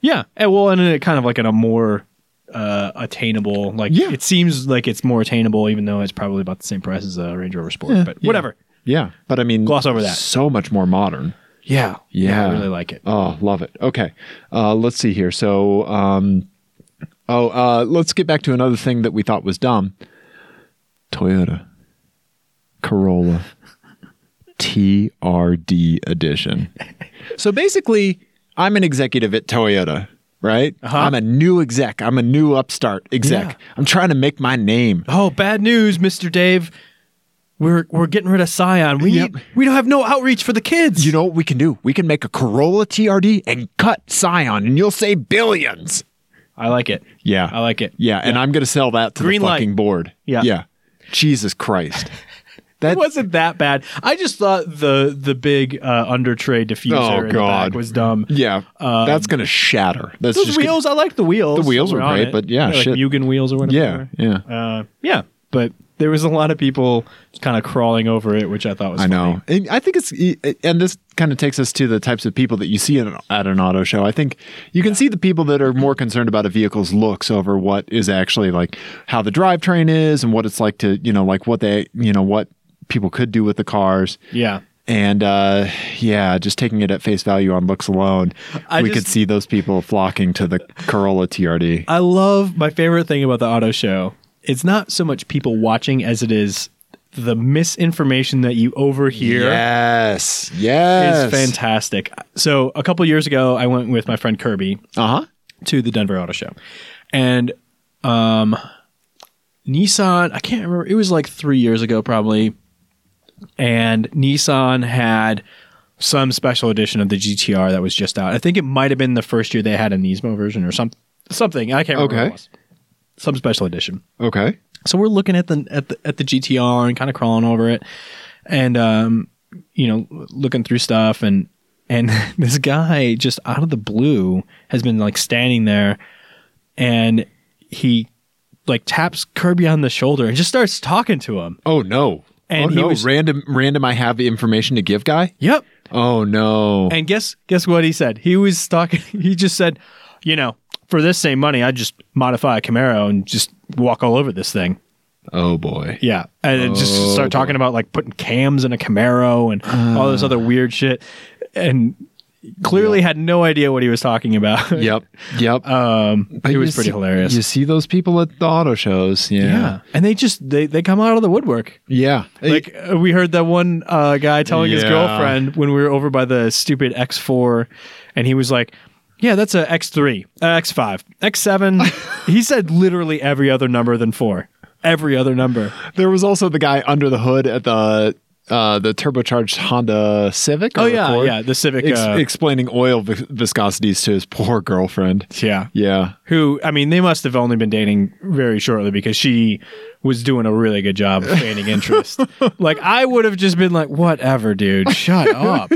A: yeah, and well, and it kind of like in a more uh, attainable. Like,
B: Yeah.
A: it seems like it's more attainable, even though it's probably about the same price as a Range Rover Sport. but whatever.
B: Yeah, but I mean,
A: Gloss over that.
B: So much more modern.
A: Yeah,
B: Yeah.
A: I really like it.
B: Oh, love it. Okay, uh, let's see here. So, um, oh, uh, let's get back to another thing that we thought was dumb. Toyota Corolla TRD edition. So basically, I'm an executive at Toyota. Right, I'm a new exec. I'm a new upstart exec.
A: Uh-huh. Yeah.
B: I'm trying to make my name.
A: Oh, bad news, Mister Dave. We're we're getting rid of Scion. We
B: Yep.
A: need, we don't have no outreach for the kids.
B: You know what we can do? We can make a Corolla TRD and cut Scion, and you'll say billions.
A: I like it.
B: Yeah,
A: I like it.
B: Yeah, and I'm gonna sell that to
A: Green
B: the
A: light.
B: fucking board.
A: Yeah.
B: yeah. Jesus Christ, that
A: It wasn't that bad. I just thought the the big uh, undertray diffuser
B: Oh,
A: in the
B: God.
A: back was dumb.
B: yeah, that's gonna shatter. That's
A: Um, Those
B: just gonna-
A: wheels, I like the wheels.
B: The wheels
A: We're
B: were
A: on
B: great,
A: it.
B: but yeah,
A: They're like
B: shit.
A: Mugen wheels or whatever.
B: yeah,
A: they
B: yeah.
A: were. uh, yeah. But there was a lot of people kind of crawling over it, which I thought was.
B: I know. And I think it's, and this kind of takes us to the types of people that you see in, at an auto show. I think you can see the people that are more concerned about a vehicle's looks over what is actually like how the drivetrain is and what it's like to, you know, like what they, you know, what people could do with the cars.
A: Yeah.
B: And uh, yeah, just taking it at face value on looks alone,
A: I
B: we
A: just-
B: could see those people flocking to the Corolla TRD.
A: I love my favorite thing about the auto show. It's not so much people watching as it is the misinformation that you overhear
B: Yes,
A: is
B: yes,
A: fantastic. So a
B: Uh-huh.
A: couple years ago, I went with my friend Kirby
B: Uh huh.
A: to the Denver Auto Show, and um, Nissan. I can't remember. It was like three years ago, probably. And Nissan had some special edition of the GTR that was just out. I think it might have been the first year they had a Nismo version or some, something. I can't remember. what it
B: Okay.
A: was. Some special edition.
B: Okay.
A: So we're looking at the at the at the GTR and kind of crawling over it, and um, you know, looking through stuff and and this guy just out of the blue has been like standing there, and he like taps Kirby on the shoulder and just starts talking to him.
B: Oh no.
A: And
B: oh
A: he
B: no.
A: was-
B: random random I have information to give guy?
A: Yep.
B: Oh no.
A: And guess guess what he said? He was talking. He just said, you know, for this same money, I just modify a Camaro and just walk all over this thing.
B: oh boy.
A: Yeah, and it just
B: Oh,
A: start talking about like putting cams in a Camaro and all this other weird shit, and clearly had no idea what he was talking about.
B: Yep. Yep.
A: um,
B: But
A: it
B: you
A: was pretty
B: see-
A: hilarious.
B: You see those people at the auto shows. Yeah.
A: yeah. and they just they they come out of the woodwork.
B: Yeah.
A: Like uh, we heard that one uh, guy telling his
B: Yeah.
A: girlfriend when we were over by the stupid X4, and he was like. Yeah, that's a X3, uh, X5, X7. he said literally every other number than four. Every other number.
B: there was also the guy under the hood at the uh, the turbocharged Honda Civic. or
A: Oh, yeah,
B: Accord,
A: yeah, the Civic,
B: ex-
A: uh,
B: explaining oil vi- viscosities to his poor girlfriend.
A: Yeah.
B: Yeah.
A: who I mean they must have only been dating very shortly because she was doing a really good job of feigning interest. like I would have just been like, whatever, dude, shut up.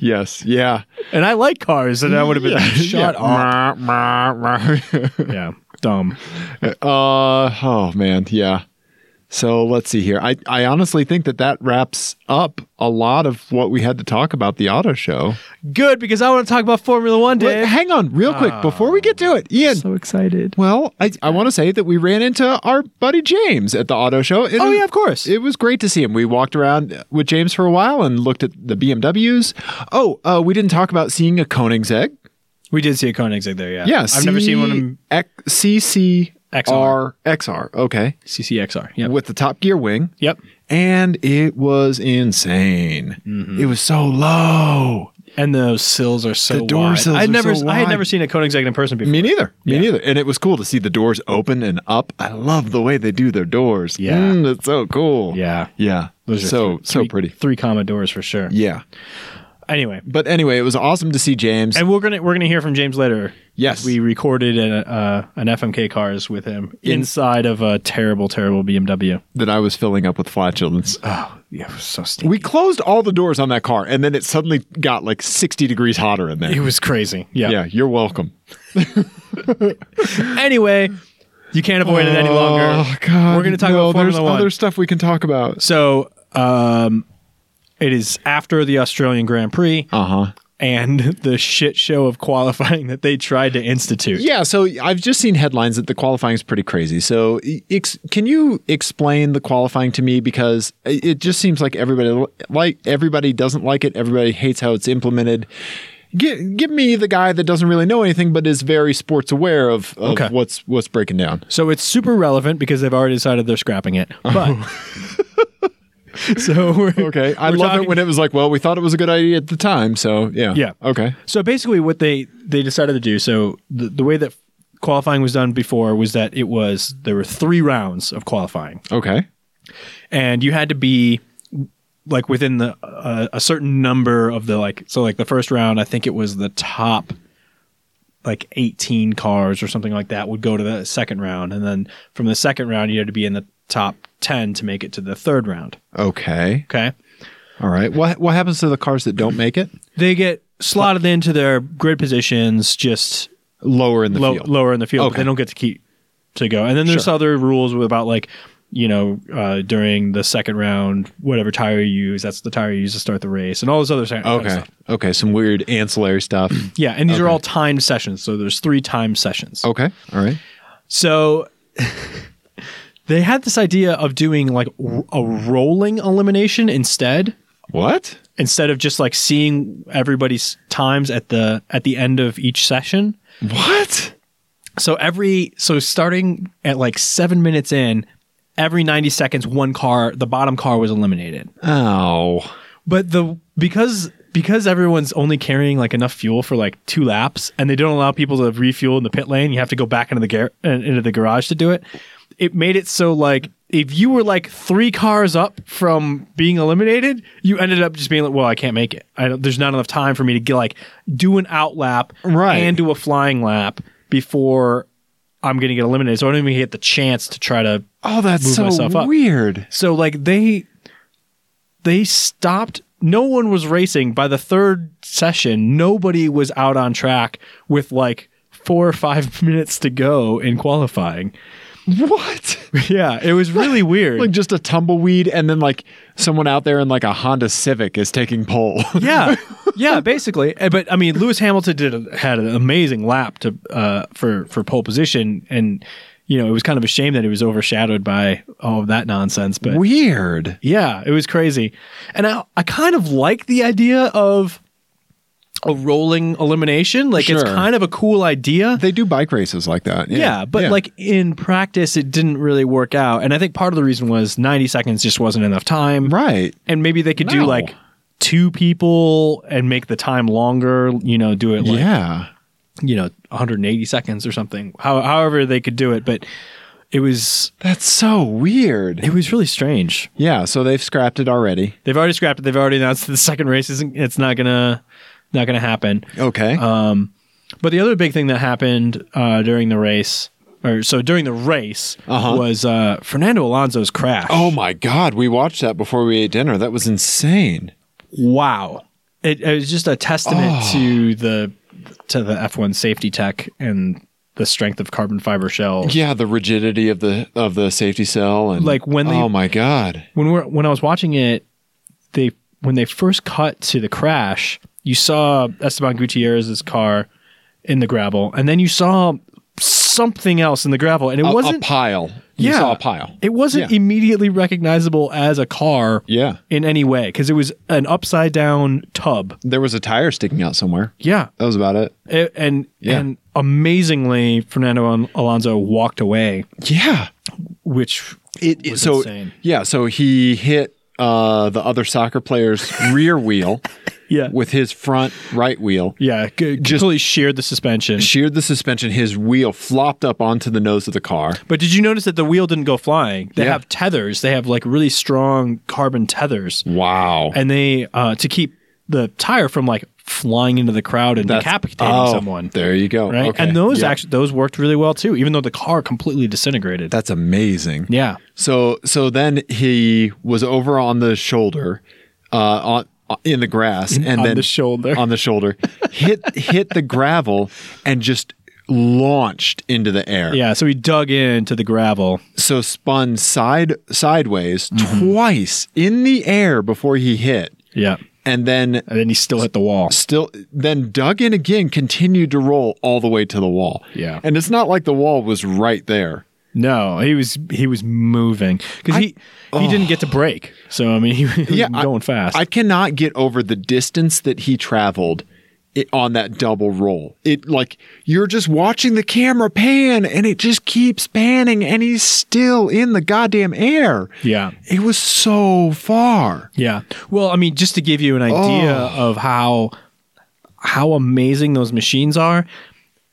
B: Yes. Yeah.
A: And I like cars, and I would have been like, shut up.
B: up.
A: Yeah, dumb.
B: Uh oh man, yeah. So let's see here. I I honestly think that that wraps up a lot of what we had to talk about the auto show.
A: Good because I want to talk about Formula One,
B: But
A: Dave. Ah.
B: hang on, real quick before we get to it, Ian.
A: so excited.
B: well, I I want to say that we ran into our buddy James at the auto show. and
A: Oh
B: it-
A: yeah, of course.
B: It was great to see him. We walked around with James for a while and looked at the BMWs. Oh, uh, we didn't talk about seeing a Koenigsegg.
A: we did see a Koenigsegg there. Yeah.
B: Yeah,
A: Uh, I've never seen one in
B: CC
A: XR.
B: XR. Okay,
A: CCXR. Yep.
B: with the Top Gear wing.
A: yep.
B: and it was insane.
A: Mm-hmm.
B: It was so low.
A: And those sills are so
B: The door
A: wide.
B: sills
A: I'd
B: are
A: never,
B: so
A: I had
B: wide.
A: never seen a Koenigsegg in person before.
B: Me neither. Me neither. And it was cool to see the doors open and up. I love the way they do their doors.
A: Yeah.
B: Mm, it's so cool.
A: Yeah.
B: yeah.
A: Those are
B: so
A: th-
B: so
A: three-
B: pretty.
A: Three Commodores for sure.
B: Yeah.
A: Anyway,
B: But anyway, it was awesome to see James.
A: and we're gonna we're gonna hear from James later.
B: Yes.
A: we recorded an uh, an FMK cars with him
B: In-
A: inside of a terrible, terrible BMW.
B: that I was filling up with flatulence.
A: Oh, yeah, it was so stinky.
B: We closed all the doors on that car, and then it suddenly got like sixty degrees hotter in there.
A: it was crazy. Yeah.
B: yeah, you're welcome.
A: Anyway, you can't avoid it any longer.
B: Oh God!
A: We're gonna talk
B: no,
A: about Formula
B: there's
A: One.
B: other stuff we can talk about.
A: so, um, it is after the Australian Grand Prix
B: Uh huh.
A: and the shit show of qualifying that they tried to institute.
B: Yeah, so I've just seen headlines that the qualifying is pretty crazy. So, e- ex- can you explain the qualifying to me because i- it just seems like everybody li- like everybody doesn't like it. Everybody hates how it's implemented. Give, give me the guy that doesn't really know anything but is very sports aware of, of
A: Okay.
B: what's what's breaking down.
A: So it's super relevant because they've already decided they're scrapping it. But so we're,
B: Okay, I
A: we're
B: love
A: talking-
B: it when it was like, well, we thought it was a good idea at the time, so yeah,
A: Yeah.
B: okay,
A: So basically, what they they decided to do. So the, the way that qualifying was done before was that it was there were three rounds of qualifying,
B: okay,
A: and you had to be like within the uh, a certain number of the like. So like the first round, I think it was the top like 18 cars or something like that would go to the second round, and then from the second round, you had to be in the top 10 to make it to the third round.
B: okay,
A: Okay,
B: all right. What what happens to the cars that don't make it?
A: they get slotted into their grid positions just
B: Lower in the
A: low,
B: field.
A: lower in the field. But
B: Okay.
A: they don't get to keep to go. And then there's other rules about like you know uh, during the second round, whatever tire you use, that's the tire you use to start the race, and all this other kind of
B: Okay.
A: stuff.
B: Okay. Some weird ancillary stuff.
A: Yeah, and these are
B: Okay. Oh.
A: all timed sessions. So there's three timed sessions.
B: Okay. All right.
A: So they had this idea of doing like r- a rolling elimination instead.
B: What?
A: Instead of just like seeing everybody's times at the at the end of each session,
B: What?
A: So every so starting at like seven minutes in, every ninety seconds, one car, the bottom car was eliminated.
B: Oh.
A: But the because because everyone's only carrying like enough fuel for like two laps, and they don't allow people to refuel in the pit lane. You have to go back into the gar- uh, into the garage to do it. It made it so like if you were like three cars up from being eliminated, you ended up just being like, "Well, I can't make it. I don't, there's not enough time for me to get like do an out lap
B: Right.
A: and do a flying lap before I'm going to get eliminated. So I don't even get the chance to try to
B: Oh, that's
A: Move myself
B: so
A: up.
B: weird.
A: so like they they stopped no one was racing by the third session. Nobody was out on track with like 4 or 5 minutes to go in qualifying.
B: What?
A: Yeah, it was really weird.
B: like just a tumbleweed, and then like someone out there in like a Honda Civic is taking pole.
A: yeah. Yeah, basically. Uh, But I mean, Lewis Hamilton did a, had an amazing lap to uh for for pole position and you know, it was kind of a shame that it was overshadowed by all of that nonsense, but
B: weird.
A: Yeah, it was crazy. And I I kind of like the idea of a rolling elimination. Like it's
B: Sure.
A: kind of a cool idea.
B: They do bike races like that. Yeah,
A: yeah, but like in practice it didn't really work out. And I think part of the reason was 90 seconds just wasn't enough time.
B: right.
A: And maybe they could
B: No.
A: do like two people and make the time longer, you know, do it like
B: yeah.
A: you know, 180 seconds or something. How, however they could do it, but it was
B: That's so weird.
A: it was really strange.
B: Yeah, so they've scrapped it already.
A: They've already scrapped it. They've already announced the second race isn't. It's not gonna, not gonna happen.
B: Okay.
A: But the other big thing that happened uh, during the race, or so during the race,
B: Uh-huh.
A: was uh, Fernando Alonso's crash.
B: oh my god, we watched that before we ate dinner. That was insane.
A: wow! It, it was just a testament
B: Oh.
A: to the to the F1 safety tech and the strength of carbon fiber shells.
B: Yeah, the rigidity of the of the safety cell and
A: Like, when they-
B: Oh my god.
A: when we're when I was watching it, they when they first cut to the crash, you saw Esteban Gutierrez's car in the gravel, and then you saw something else in the gravel, and it
B: A, a
A: wasn't
B: pile. You saw a pile.
A: It wasn't
B: Yeah.
A: immediately recognizable as a car
B: yeah.
A: in any way because it was an upside down tub.
B: There was a tire sticking out somewhere.
A: Yeah,
B: That was about it.
A: A- and
B: Yeah.
A: and amazingly, Fernando Al- Alonso walked away,
B: Yeah.
A: which
B: It,
A: was
B: so
A: insane.
B: yeah, so he hit uh the other soccer player's rear wheel
A: yeah
B: with his front right wheel.
A: yeah c- completely sheared the suspension.
B: Sheared the suspension, his wheel flopped up onto the nose of the car.
A: But did you notice that the wheel didn't go flying? They
B: Yeah.
A: have tethers. They have like really strong carbon tethers,
B: Wow.
A: and they uh, to keep the tire from like flying into the crowd and
B: That's-
A: decapitating
B: oh,
A: someone.
B: There you go.
A: Right,
B: Okay.
A: and those
B: Yeah.
A: actually those worked really well too, even though the car completely disintegrated.
B: that's amazing.
A: yeah,
B: So so then he was over on the shoulder, uh, on in the grass, and
A: On
B: then
A: the shoulder.
B: on the shoulder, hit hit the gravel, and just launched into the air.
A: yeah. So he dug into the gravel.
B: So spun side sideways
A: Mm-hmm.
B: twice in the air before he hit,
A: Yeah,
B: and then
A: and then he still hit the wall.
B: still then dug in again, continued to roll all the way to the wall.
A: Yeah.
B: and it's not like the wall was right there.
A: No, he was he was moving because he he didn't get to brake. So I mean, he was
B: oh. Yeah, I-
A: going fast.
B: I cannot get over the distance that he traveled i on that double roll. It like you're just watching the camera pan and it just keeps panning and he's still in the goddamn air.
A: yeah,
B: It was so far.
A: Yeah. Well, I mean, just to give you an idea
B: Oh.
A: of how how amazing those machines are,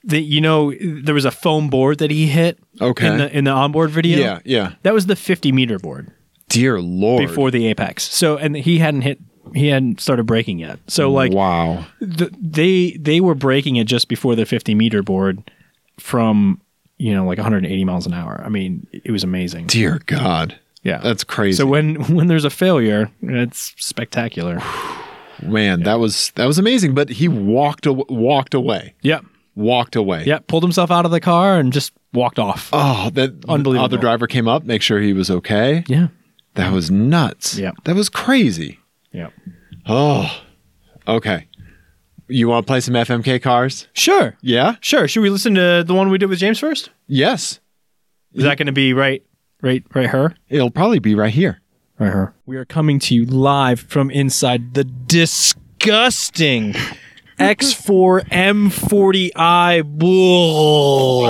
A: that you know, there was a foam board that he hit.
B: Okay.
A: In the in the onboard video.
B: Yeah, yeah.
A: That was the 50 meter board
B: Dear Lord.
A: before the apex. So, and he hadn't hit. He hadn't started breaking yet. So, like,
B: wow.
A: the, they they were breaking it just before the 50 meter board from you know like 180 miles an hour. I mean, it was amazing.
B: Dear God.
A: Yeah.
B: That's crazy.
A: So when when there's a failure, it's spectacular.
B: man, that was that was amazing, but he walked aw- walked away.
A: Yep.
B: Walked away.
A: Yeah, pulled himself out of the car and just walked off.
B: Oh, that
A: Unbelievable.
B: other driver came up, make sure he was okay.
A: yeah.
B: That was nuts.
A: Yeah.
B: That was crazy.
A: Yeah.
B: Oh, okay. You want to play some FMK cars?
A: Sure.
B: Yeah.
A: Sure. Should we listen to the one we did with James first?
B: Yes.
A: Is that going to be right, right, right her?
B: It'll probably be right here.
A: Right her. We are coming to you live from inside the disgusting X4M40i. Bull.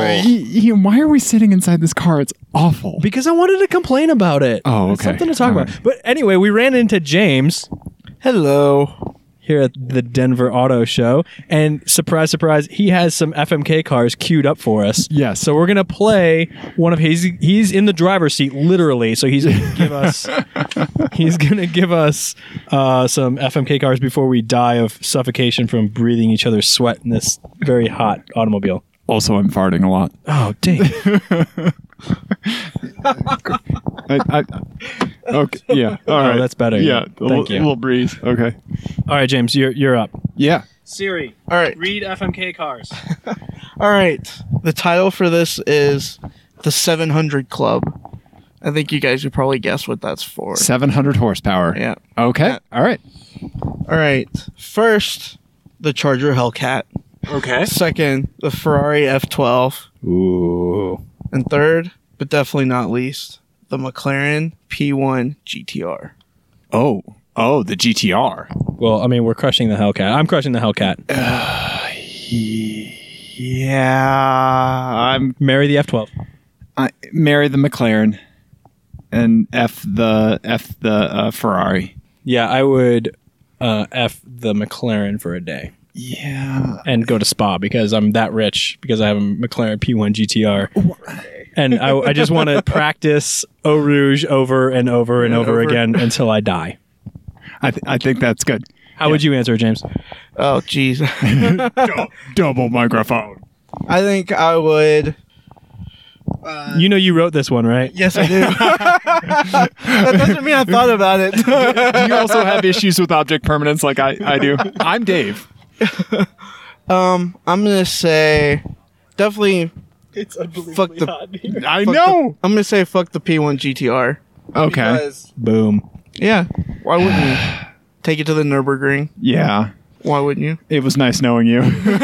B: why are we sitting inside this car? It's awful.
A: Because I wanted to complain about it.
B: Oh,
A: It's
B: okay.
A: Something to talk
B: All
A: about. But anyway, we ran into James. Hello. here at the Denver Auto Show. And surprise, surprise, he has some FMK cars queued up for us.
B: Yes.
A: So we're gonna play one of his. He's in the driver's seat, literally. So he's gonna give us. he's gonna give us uh, some FMK cars before we die of suffocation from breathing each other's sweat in this very hot automobile.
E: Also, I'm farting a lot.
A: Oh, dang.
B: I, I, okay. Yeah. All right.
A: that's better.
B: Yeah.
A: Thank
B: a little-
A: you.
B: little breeze. Okay.
A: All right, James, you're you're up.
B: Yeah.
A: Siri,
E: All right.
A: read FMK cars.
E: All right. The title for this is The 700 Club. I think you guys could probably guess what that's for.
B: 700 horsepower.
E: Yeah.
B: Okay. All right.
E: All right. First, the Charger Hellcat.
D: Okay.
E: Second, the Ferrari F12.
B: Ooh.
E: And third, but definitely not least, the McLaren P1 GTR.
B: Oh. Oh, the GTR.
A: Well, I mean, we're crushing the Hellcat. I'm crushing the Hellcat.
B: Yeah. I'm
A: Marry the F12.
B: I, marry the McLaren and F the F the uh, Ferrari.
A: Yeah, I would uh, f the McLaren for a day
B: Yeah.
A: and go to Spa because I'm that rich because I have a McLaren P1 GTR, and I, I just want to practice Eau Rouge over and over and, over,
E: over.
A: again until I die.
B: I th- I think that's good.
A: How would you answer, James?
E: Oh, jeez.
B: Double microphone.
E: I think I would.
A: you know, you wrote this one, right?
E: Yes, I do. that doesn't mean I thought about it.
B: Do you also have issues with object permanence like I, I do? I'm Dave.
E: um, I'm gonna say definitely.
D: It's unbelievably
E: Fuck the-
D: hot in here.
B: I
E: fuck
B: know.
E: The, I'm gonna say fuck the P1 GTR.
B: Okay.
E: Because,
A: Boom.
E: yeah. Why wouldn't you take it to the Nurburgring?
B: Yeah.
E: Why wouldn't you?
B: It was nice knowing you. because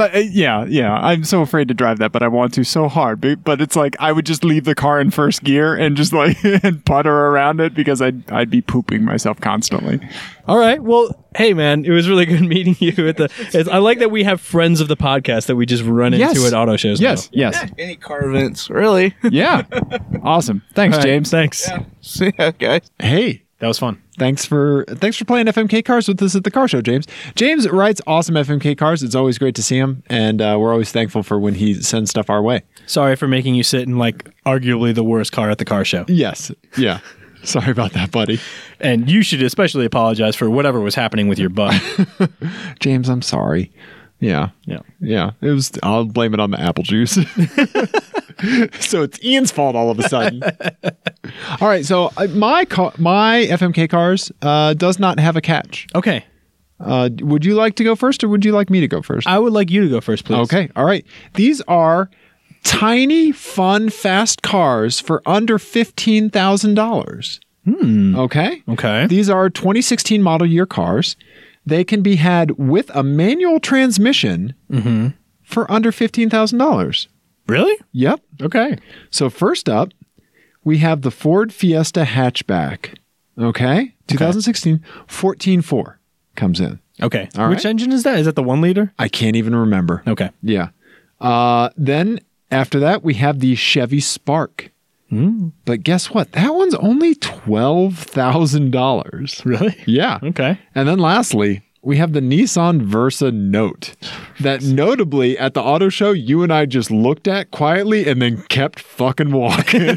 B: I, eh, yeah, yeah, I'm so afraid to drive that, but I want to so hard. But, but it's like I would just leave the car in first gear and just like and putter around it because I'd I'd be pooping myself constantly.
A: All right. Well, hey, man, it was really good meeting you. At the, it's, I like that we have friends of the podcast that we just run into
B: Yes.
A: at auto shows. now.
B: Yes, yes,
E: Any car events, really?
B: yeah, awesome. Thanks,
A: All right,
B: James.
A: Thanks.
E: See ya, guys.
B: Hey,
A: That was fun.
B: thanks for thanks for playing FMK cars with us at the car show, James. James writes awesome FMK cars. It's always great to see him, and uh, we're always thankful for when he sends stuff our way.
A: Sorry for making you sit in like arguably the worst car at the car show.
B: Yes, yeah. Sorry about that, buddy.
A: And you should especially apologize for whatever was happening with your butt.
B: James, I'm sorry. Yeah.
A: Yeah.
B: Yeah. It was I'll blame it on the apple juice. so it's Ian's fault all of a sudden. all right, so uh, my ca- my FMK cars uh, does not have a catch.
A: Okay.
B: Uh, would you like to go first or would you like me to go first?
A: I would like you to go first, please.
B: Okay. All right. These are tiny, fun, fast cars for under $15,000. Hmm. Okay.
A: Okay.
B: These are 2016 model year cars. They can be had with a manual transmission
A: Mm-hmm.
B: for under $15,000.
A: really?
B: Yep.
A: Okay.
B: So, first up, we have the Ford Fiesta hatchback. Okay. 2016, 14.4 comes in.
A: Okay.
B: All
A: Which
B: right.
A: engine is that? Is that the one liter?
B: I can't even remember.
A: Okay.
B: Yeah. Uh, then after that, we have the Chevy Spark.
A: Hmm.
B: But guess what? That one's only $12,000.
A: Really?
B: Yeah.
A: Okay.
B: And then lastly, we have the Nissan Versa Note that notably at the auto show you and I just looked at quietly and then kept fucking walking.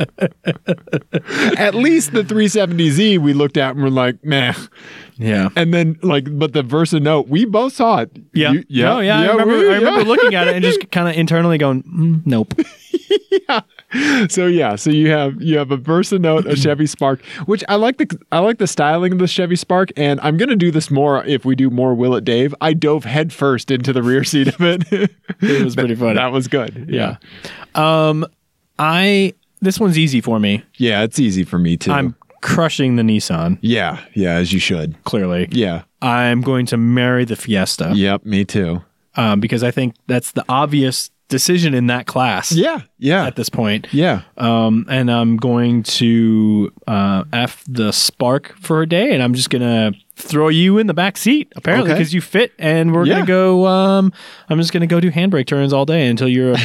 B: at least the 370Z we looked at and were like, meh.
A: Yeah.
B: And then like, but the Versa Note, we both saw it.
A: Yeah.
B: You-
A: No, yeah. I remember,
B: we-
A: I remember
B: yeah.
A: looking at it and just kind of internally going, mm, nope.
B: so yeah, so you have you have a Versa Note, a Chevy Spark, which I like the I like the styling of the Chevy Spark, and I'm gonna do this more if we do more Will It Dave. I dove headfirst into the rear seat of it. it
A: was pretty funny.
B: That was good. Yeah,
A: I, this one's easy for me.
B: yeah, it's easy for me too.
A: I'm crushing the Nissan,
B: yeah, yeah, as you should.
A: clearly.
B: Yeah,
A: I'm going to marry the Fiesta
B: yep, me too.
A: um, because I think that's the obvious decision in that class
B: Yeah, yeah,
A: at this point.
B: yeah.
A: um, and I'm going to uh, f the spark for a day, and I'm just gonna throw you in the back seat apparently
B: Okay.
A: because you fit, and we're
B: Yeah.
A: gonna go. Um, I'm just gonna go do handbrake turns all day until you're a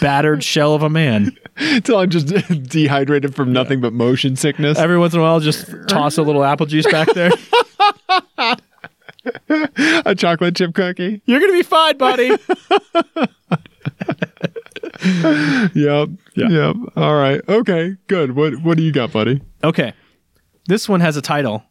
A: battered shell of a man.
B: Until I'm just dehydrated from nothing but motion sickness.
A: Every once in a while, just toss a little apple juice back there.
B: a chocolate chip cookie.
A: you're gonna be fine, buddy.
B: Yep.
A: Yeah.
B: Yep. All right. Okay. Good. What What do you got, buddy?
A: okay, this one has a title,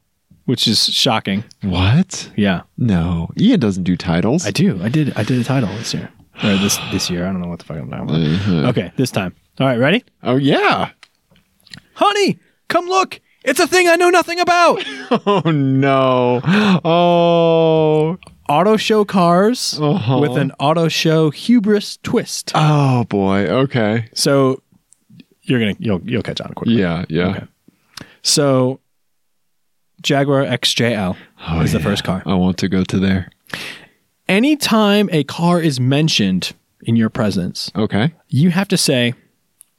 A: which is shocking.
B: What?
A: Yeah,
B: No. Ian doesn't do titles.
A: I do. I did. I did a title this year or this this year. I don't know what the fuck I'm talking about.
B: Uh-huh.
A: Okay, this time. All right, ready?
B: oh yeah.
A: Honey, come look. It's a thing I know nothing about.
B: Oh no. Oh.
A: auto show cars
B: Uh-huh.
A: with an auto show hubris twist.
B: Oh boy. Okay.
A: So you're gonna you'll you'll catch on quickly.
B: Yeah. Yeah.
A: Okay. So Jaguar XJL
B: Oh,
A: is the
B: yeah.
A: first car.
B: I want to go to there.
A: Anytime a car is mentioned in your presence,
B: Okay.
A: you have to say,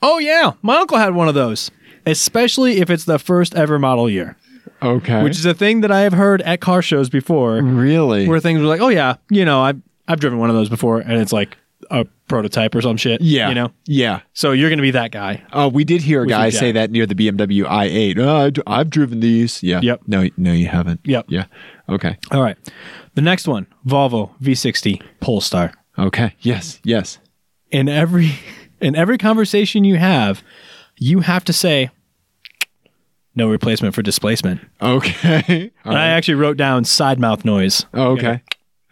A: "Oh yeah, my uncle had one of those." Especially if it's the first ever model year,
B: Okay.
A: which is a thing that I have heard at car shows before.
B: Mm-hmm. really.
A: where things were like, oh yeah, you know, I've I've driven one of those before, and it's like a prototype or some shit.
B: yeah.
A: you know.
B: Yeah.
A: So you're gonna be that guy.
B: Uh, we did hear a guy
A: Jack.
B: say that near the BMW i8. Oh, I d- I've driven these. Yeah.
A: Yep.
B: No, no, you haven't.
A: Yep.
B: Yeah. Okay.
A: All right. The next one, Volvo V60 Polestar.
B: Okay. Yes. Yes.
A: In every in every conversation you have, you have to say, no replacement for displacement.
B: Okay. All
A: And I
B: right.
A: actually wrote down side mouth noise.
B: okay.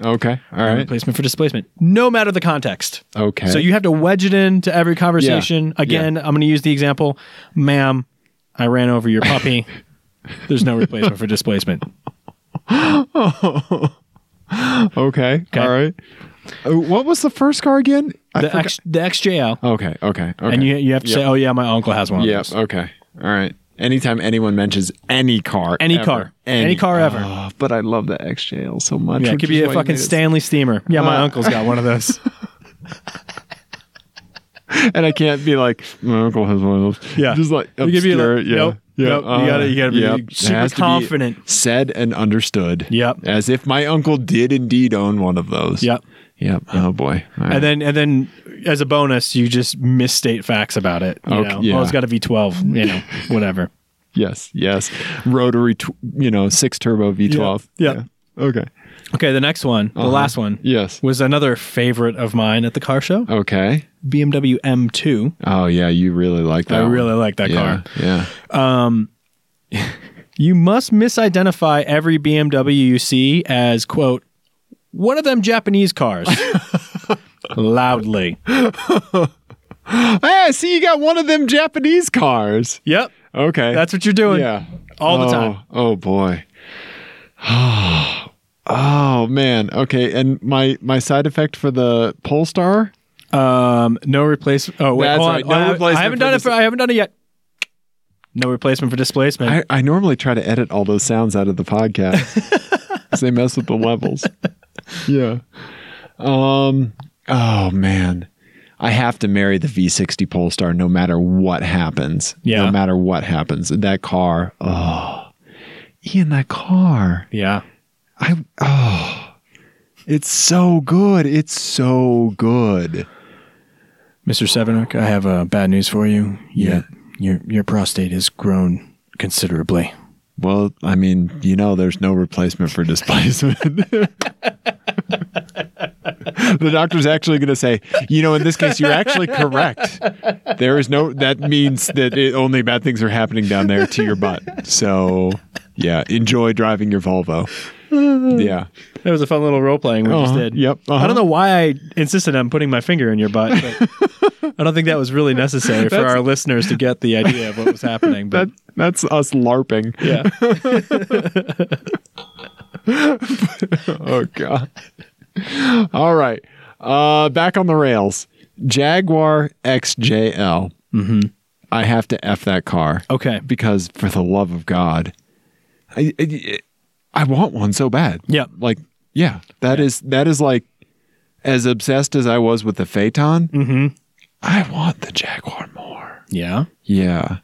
B: Okay. All right.
A: Replacement for displacement, no matter the context.
B: Okay.
A: So you have to wedge it into every conversation.
B: Yeah.
A: Again, I'm going to use the example, ma'am, I ran over your puppy. There's no replacement for displacement.
B: Okay.
A: Okay.
B: All right. Uh, what was the first car again? I
A: The,
B: forgot-
A: X, the XJL.
B: okay. Okay. Okay.
A: And you, you have to say,
B: Yep.
A: oh, yeah, my uncle has one. of
B: Yeah.
A: those."
B: Okay. All right. Anytime anyone mentions any car,
A: Any
B: ever.
A: car. Any car ever.
B: Oh, but I love the XJL so much.
A: Yeah, it
B: which
A: could be
B: is
A: a
B: why
A: fucking
B: it is.
A: Stanley steamer. Yeah, my
B: Uh,
A: uncle's got one of those.
B: And I can't be like my uncle has one of those.
A: Yeah.
B: Just like
A: You could be like,
B: obscure, yeah.
A: nope,
B: Yeah. uh,
A: nope, you gotta- you gotta be super
B: It has to be
A: confident.
B: said and understood.
A: Yep.
B: As if my uncle did indeed own one of those.
A: Yep.
B: Yep. Oh boy. All right.
A: And then, and then, as a bonus, you just misstate facts about it. You
B: Okay,
A: know?
B: yeah.
A: Oh, it's got a V12. You know, whatever.
B: Yes, yes. Rotary, tw- you know, six turbo V12.
A: Yeah, yeah.
B: Okay.
A: Okay, the next one,
B: Uh-huh.
A: the last one,
B: Yes.
A: was another favorite of mine at the car show.
B: Uh-huh. Okay.
A: BMW M2.
B: Oh yeah, you really like that.
A: I
B: one.
A: really like that
B: yeah,
A: car.
B: Yeah.
A: You must misidentify every BMW you see as, quote, one of them Japanese cars. Loudly.
B: Hey, see, you got one of them Japanese cars.
A: Yep.
B: Okay.
A: That's what you're doing.
B: yeah.
A: All the
B: Oh,
A: time.
B: Oh boy. Oh man. Okay. And my my side effect for the Polestar.
A: Um, no replacement. Oh, wait.
B: That's
A: hold on.
B: right. No
A: I- I,
B: replacement
A: haven't
B: for
A: done it
B: dis-
A: for, I haven't done it yet. No replacement for displacement.
B: I, I normally try to edit all those sounds out of the podcast 'cause they mess with the levels. Yeah. Um. Oh man, I have to marry the V60 Polestar no matter what happens.
A: Yeah.
B: No matter what happens, that car. Oh, Ian, that car.
A: yeah.
B: I. Oh, it's so good. It's so good.
A: Mr. Sevenock, I have uh, bad news for you.
B: Your-
A: Your, your prostate has grown considerably.
B: Well, I mean, you know, there's no replacement for displacement. the doctor's actually going to say, you know, in this case, you're actually correct. There is no, that means that it, only bad things are happening down there to your butt. So, yeah, enjoy driving your Volvo. Yeah.
A: That was a fun little role playing we just
B: Uh-huh.
A: did.
B: Yep.
A: I
B: Uh-huh.
A: don't know why I insisted on putting my finger in your butt. But I don't think that was really necessary for our listeners to get the idea of what was happening. But
B: That, that's us LARPing.
A: yeah,
B: Oh, God. All right. Uh, back on the rails Jaguar XJL. Mm-hmm. I have to F that car.
A: okay,
B: because for the love of God, I I, I want one so bad.
A: Yeah.
B: like yeah, that is that is like as obsessed as I was with the Phaeton. Mm-hmm. I want the Jaguar more.
A: yeah,
B: Yeah.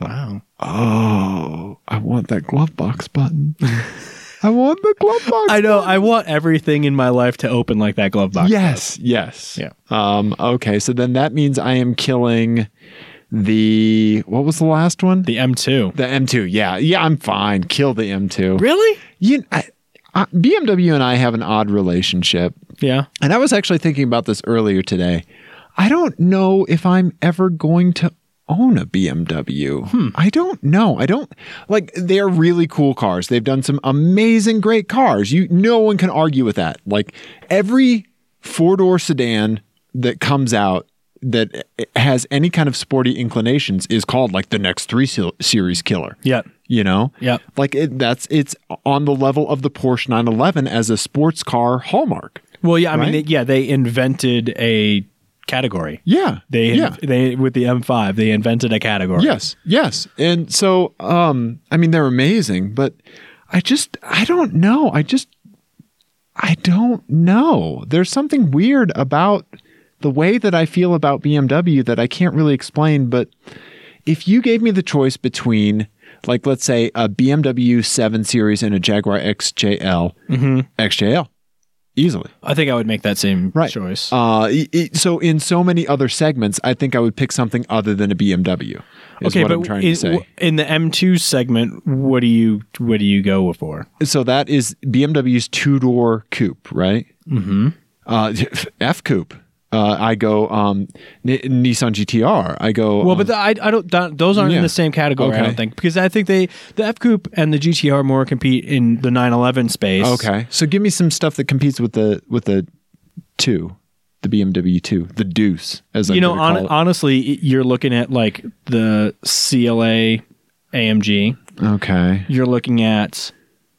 A: wow,
B: Oh, I want that glove box button. I want the glove box.
A: I know. I want everything in my life to open like that glove box.
B: Yes, yes.
A: Yeah.
B: Um, okay, so then that means I am killing the what was the last one?
A: The M2.
B: The M2. Yeah, yeah. I'm fine. Kill the M2.
E: Really?
B: You, I, I, BMW and I have an odd relationship,
A: Yeah.
B: and I was actually thinking about this earlier today. I don't know if I'm ever going to own a BMW. I don't know. I don't like they're really cool cars. They've done some amazing great cars. You no one can argue with that. Like every four-door sedan that comes out that has any kind of sporty inclinations is called like the next 3 se- series killer
A: Yep.
B: you know
A: Yep.
B: like it, that's it's on the level of the porsche 911 as a sports car hallmark
A: Well, yeah. I mean,
B: Right?
A: they, yeah, they invented a category.
B: yeah
A: They,
B: yeah
A: they with the M5, they invented a category.
B: yes yes and so um i mean they're amazing but i just i don't know i just i don't know there's something weird about the way that i feel about bmw that i can't really explain but if you gave me the choice between like let's say a bmw 7 series and a jaguar xjl xjl easily
A: I think I would make that same
B: right
A: choice.
B: Uh, i- i- so in so many other segments, I think I would pick something other than a BMW. Is what I'm trying
A: in,
B: to say.
A: in the M2 segment, what do you what do you go for?
B: so that is BMW's two door coupe, right? Mm-hmm. Uh, F coupe. Uh, I go um, N- Nissan GTR. I go. um,
A: Well, but the, I, I don't. th- Those aren't
B: Yeah.
A: in the same category. I
B: Okay.
A: don't think because I think they the F Coupe and the GTR more compete in the 911 space.
B: okay. So give me some stuff that competes with the with the two, the BMW two, the Deuce, as I'm
A: you know,
B: gonna
A: hon
B: call it.
A: honestly, y- you're looking at like the CLA AMG.
B: okay,
A: You're looking at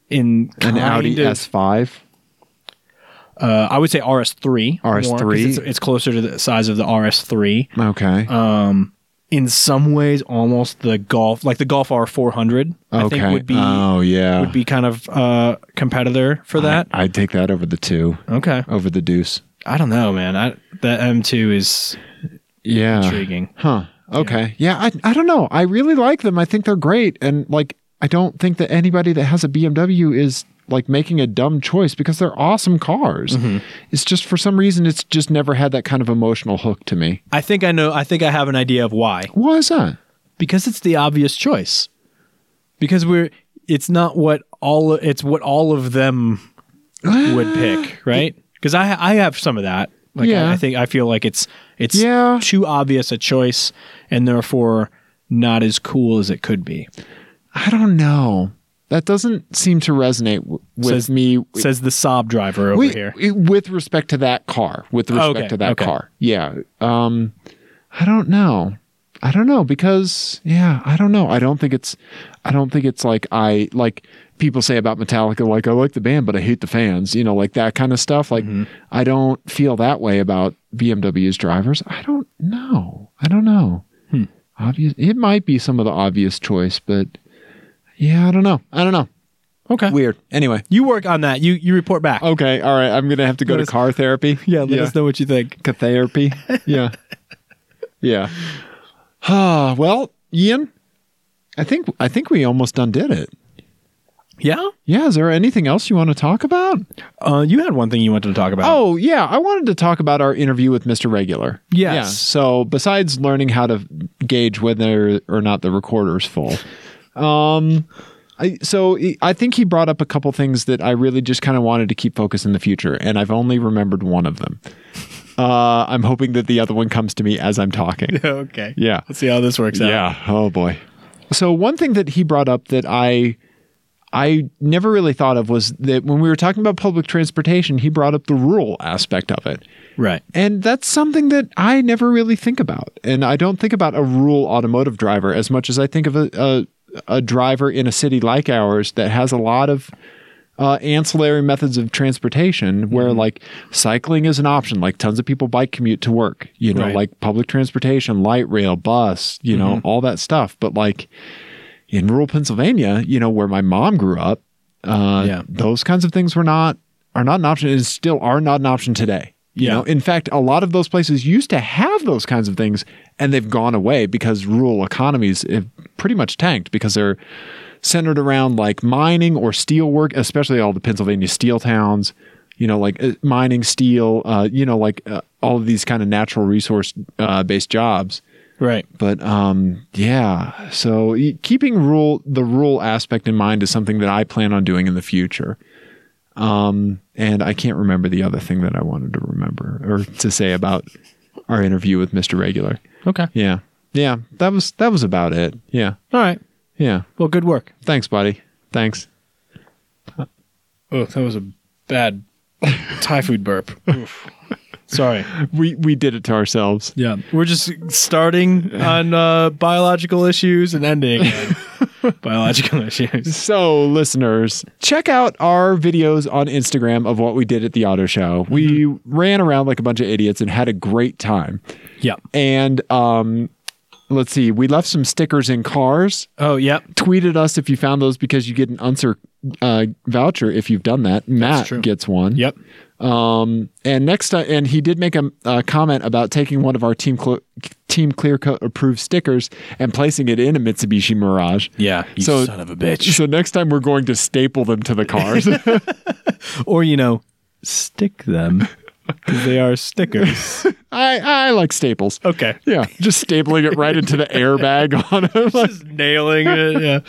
A: in
B: an
A: kind
B: Audi
A: of-
B: S5.
A: Uh, I would say RS3. more, 'cause
B: RS3.
A: It's, it's closer to the size of the RS3.
B: Okay.
A: Uh, In some ways, almost the Golf, like the Golf R400. I
B: okay.
A: think would be
B: oh yeah. Uh-huh.
A: would be kind of uh, competitor for that.
B: I, I'd take that over the two.
A: okay.
B: over the deuce.
A: I don't know, man. I, that M2 is
B: Yeah.
A: intriguing.
B: Huh. Okay. Yeah. I, I don't know. I really like them. I think they're great. And like, I don't think that anybody that has a BMW is like making a dumb choice because they're awesome cars. It's just for some reason, it's just never had that kind of emotional hook to me.
A: I think I know. I think I have an idea of why.
B: Why is that?
A: Because it's the obvious choice. Because we're. It's not what all. It's what all of them would pick, right? Because I I have some of that. Like
B: Yeah.
A: I, I think I feel like it's it's
B: Yeah.
A: too obvious a choice, and therefore not as cool as it could be.
B: I don't know. That doesn't seem to resonate w- with
A: Says-
B: me.
A: Says the sob driver over
B: Wait,
A: here. Oh,
B: it- with respect to that car with respect
A: okay,
B: to that
A: okay.
B: car yeah um i don't know i don't know because yeah i don't know i don't think it's i don't think it's like i like people say about metallica like i like the band but i hate the fans you know like that kind of stuff like
A: Mm-hmm.
B: i don't feel that way about bmw's drivers i don't know i don't know
A: Hmm.
B: obvious it might be some of the obvious choice but yeah i don't know i don't know
A: Okay.
B: weird anyway
A: You work on that. You you report back.
B: Okay, all right. I'm gonna have to go
A: Let
B: to
A: us-
B: car therapy.
A: Yeah. Let us know what you think.
B: Ca- Therapy. yeah, yeah. Ah, well, Ian, I think I think we almost done did it.
A: Yeah.
B: Yeah. Is there anything else you want to talk about?
A: Uh, you had one thing you wanted to talk about.
B: Oh, yeah. I wanted to talk about our interview with Mr. Regular.
A: Yes.
B: Yeah. So besides learning how to gauge whether or not the recorder's full, um, I, so I- I think he brought up a couple things that I really just kind of wanted to keep focused in the future, and I've only remembered one of them. Uh, I'm hoping that the other one comes to me as I'm talking.
A: okay.
B: Yeah.
A: Let's see how this works out.
B: Yeah. Oh boy. So one thing that he brought up that I I never really thought of was that when we were talking about public transportation, he brought up the rural aspect of it.
A: Right.
B: And that's something that I never really think about. And I don't think about a rural automotive driver as much as I think of a, a, a driver in a city like ours that has a lot of uh, ancillary methods of transportation where like cycling is an option. Like tons of people bike commute to work, you know,
A: Right.
B: like public transportation, light rail, bus, you know, all that stuff. But like in rural Pennsylvania, you know, where my mom grew up, uh,
A: Yeah.
B: those kinds of things were not are not an option and still are not an option today. You
A: Yeah.
B: know, in fact, a lot of those places used to have those kinds of things and they've gone away because rural economies have pretty much tanked because they're centered around like mining or steel work, especially all the Pennsylvania steel towns. You know, like uh, mining, steel. Uh, you know, like uh, all of these kind of natural resource uh, based jobs
A: Right.
B: but um yeah so y- keeping rule the rule aspect in mind is something that i plan on doing in the future um and i can't remember the other thing that i wanted to remember or to say about our interview with mr regular
A: Okay.
B: yeah yeah that was that was about it yeah
A: All right.
B: yeah
A: Well, good work.
B: thanks buddy thanks
A: Oh, that was a bad Thai food burp. Oof. Sorry.
B: we we did it to ourselves
A: Yeah, we're just starting on uh, biological issues and ending on biological issues.
B: So, listeners, check out our videos on Instagram of what we did at the auto show. We ran around like a bunch of idiots and had a great time.
A: Yeah.
B: And um, let's see, we left some stickers in cars.
A: Oh, yep.
B: Tweeted us if you found those because you get an unser uh, voucher if you've done that. Matt
A: true.
B: gets one.
A: Yep.
B: Um, and next, ti- and he did make a, a comment about taking one of our team Clo- team clear coat approved stickers and placing it in a Mitsubishi Mirage.
A: Yeah. You
B: So-
A: son of a bitch.
B: So next time we're going to staple them to the cars.
A: Or, you know, stick them because they are stickers.
B: I I like staples.
A: Okay.
B: Yeah, just stapling it right into the airbag on it. Like,
A: Just nailing it. Yeah.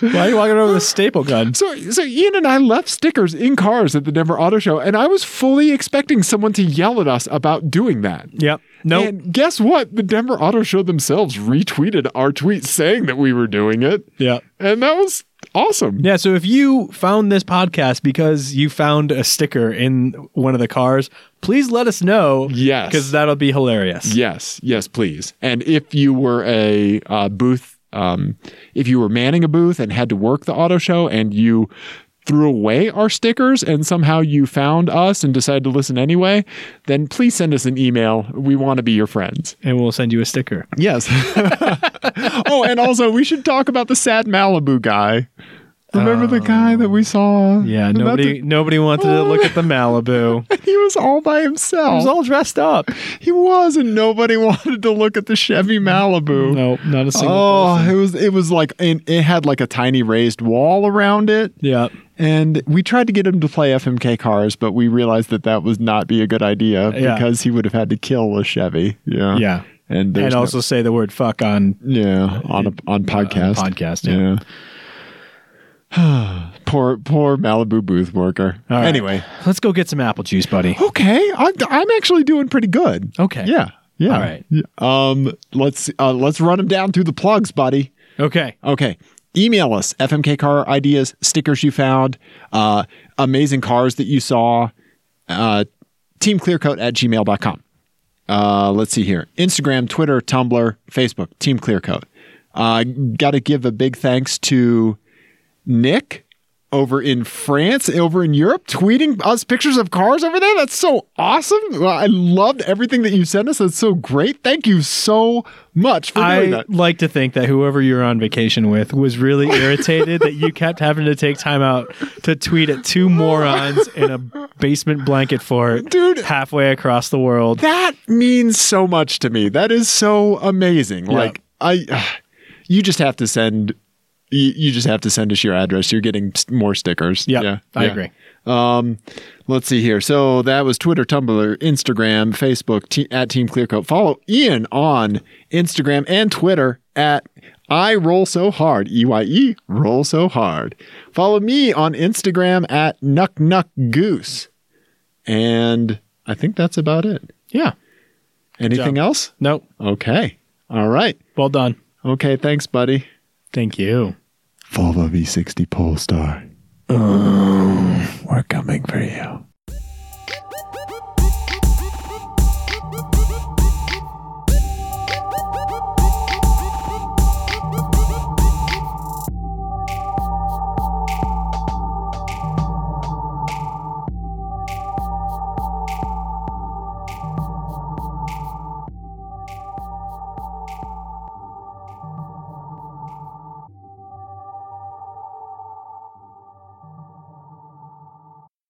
A: Why are you walking around with a staple gun?
B: so so Ian and I left stickers in cars at the Denver Auto Show, and I was fully expecting someone to yell at us about doing that.
A: Yep. No.
B: And guess what? The Denver Auto Show themselves retweeted our tweet saying that we were doing it.
A: yeah.
B: And that was awesome.
A: Yeah, so if you found this podcast because you found a sticker in one of the cars, please let us know.
B: Yes.
A: Because that'll be hilarious.
B: Yes, yes, please. And if you were a uh, booth, um, if you were manning a booth and had to work the auto show and you threw away our stickers and somehow you found us and decided to listen anyway, then please send us an email. We want to be your friends.
A: And we'll send you a sticker.
B: Yes. oh, and also we should talk about the sad Malibu guy. Remember the guy that we saw?
A: Yeah,
B: About
A: nobody nobody wanted to look at the Malibu.
B: the- he was all by himself.
A: He was all dressed up.
B: he was, and nobody wanted to look at the Chevy Malibu.
A: No, not a single.
B: Oh, it was it was like and it had like a tiny raised wall around it,
A: Yeah.
B: and we tried to get him to play FMK cars, but we realized that that would not be a good idea
A: Yeah.
B: because he would have had to kill a Chevy. Yeah,
A: Yeah.
B: and there's
A: and
B: no-
A: also say the word fuck on
B: yeah on a, on podcast
A: podcast,
B: Yeah. poor poor Malibu booth worker.
A: All right.
B: Anyway,
A: Let's go get some apple juice, buddy.
B: okay, I'm, I'm actually doing pretty good.
A: Okay.
B: Yeah. Yeah.
A: All right.
B: Yeah. Um. Let's uh, let's run him down through the plugs, buddy.
A: Okay.
B: Okay. Email us FMK car ideas, stickers you found, uh, amazing cars that you saw, uh, teamclearcoat at gmail.com. Uh, let's see here Instagram, Twitter, Tumblr, Facebook, Team Clearcoat. Uh, Got to give a big thanks to Nick over in France, over in Europe, tweeting us pictures of cars over there. That's so awesome. Well, I loved everything that you sent us. That's so great. Thank you so much for doing
A: I
B: that.
A: like to think that whoever you're on vacation with was really irritated that you kept having to take time out to tweet at two morons in a basement blanket fort
B: Dude.
A: halfway across the world.
B: that means so much to me. That is so amazing. Like I, you just have to send, you, you just have to send us your address. You're getting s- more stickers.
A: Yep, I agree.
B: Let's see here. So that was Twitter, Tumblr, Instagram, Facebook te- at Team Clearcoat. Follow Ian on Instagram and Twitter at I roll so hard. E Y E roll so hard. Follow me on Instagram at Nuck Nuck Goose. And I think that's about it.
A: Yeah.
B: Anything else?
A: Nope.
B: Okay. All right.
A: Well done.
B: Okay. Thanks, buddy.
A: Thank you.
B: Volvo V60 Polestar. We're Um, coming for you.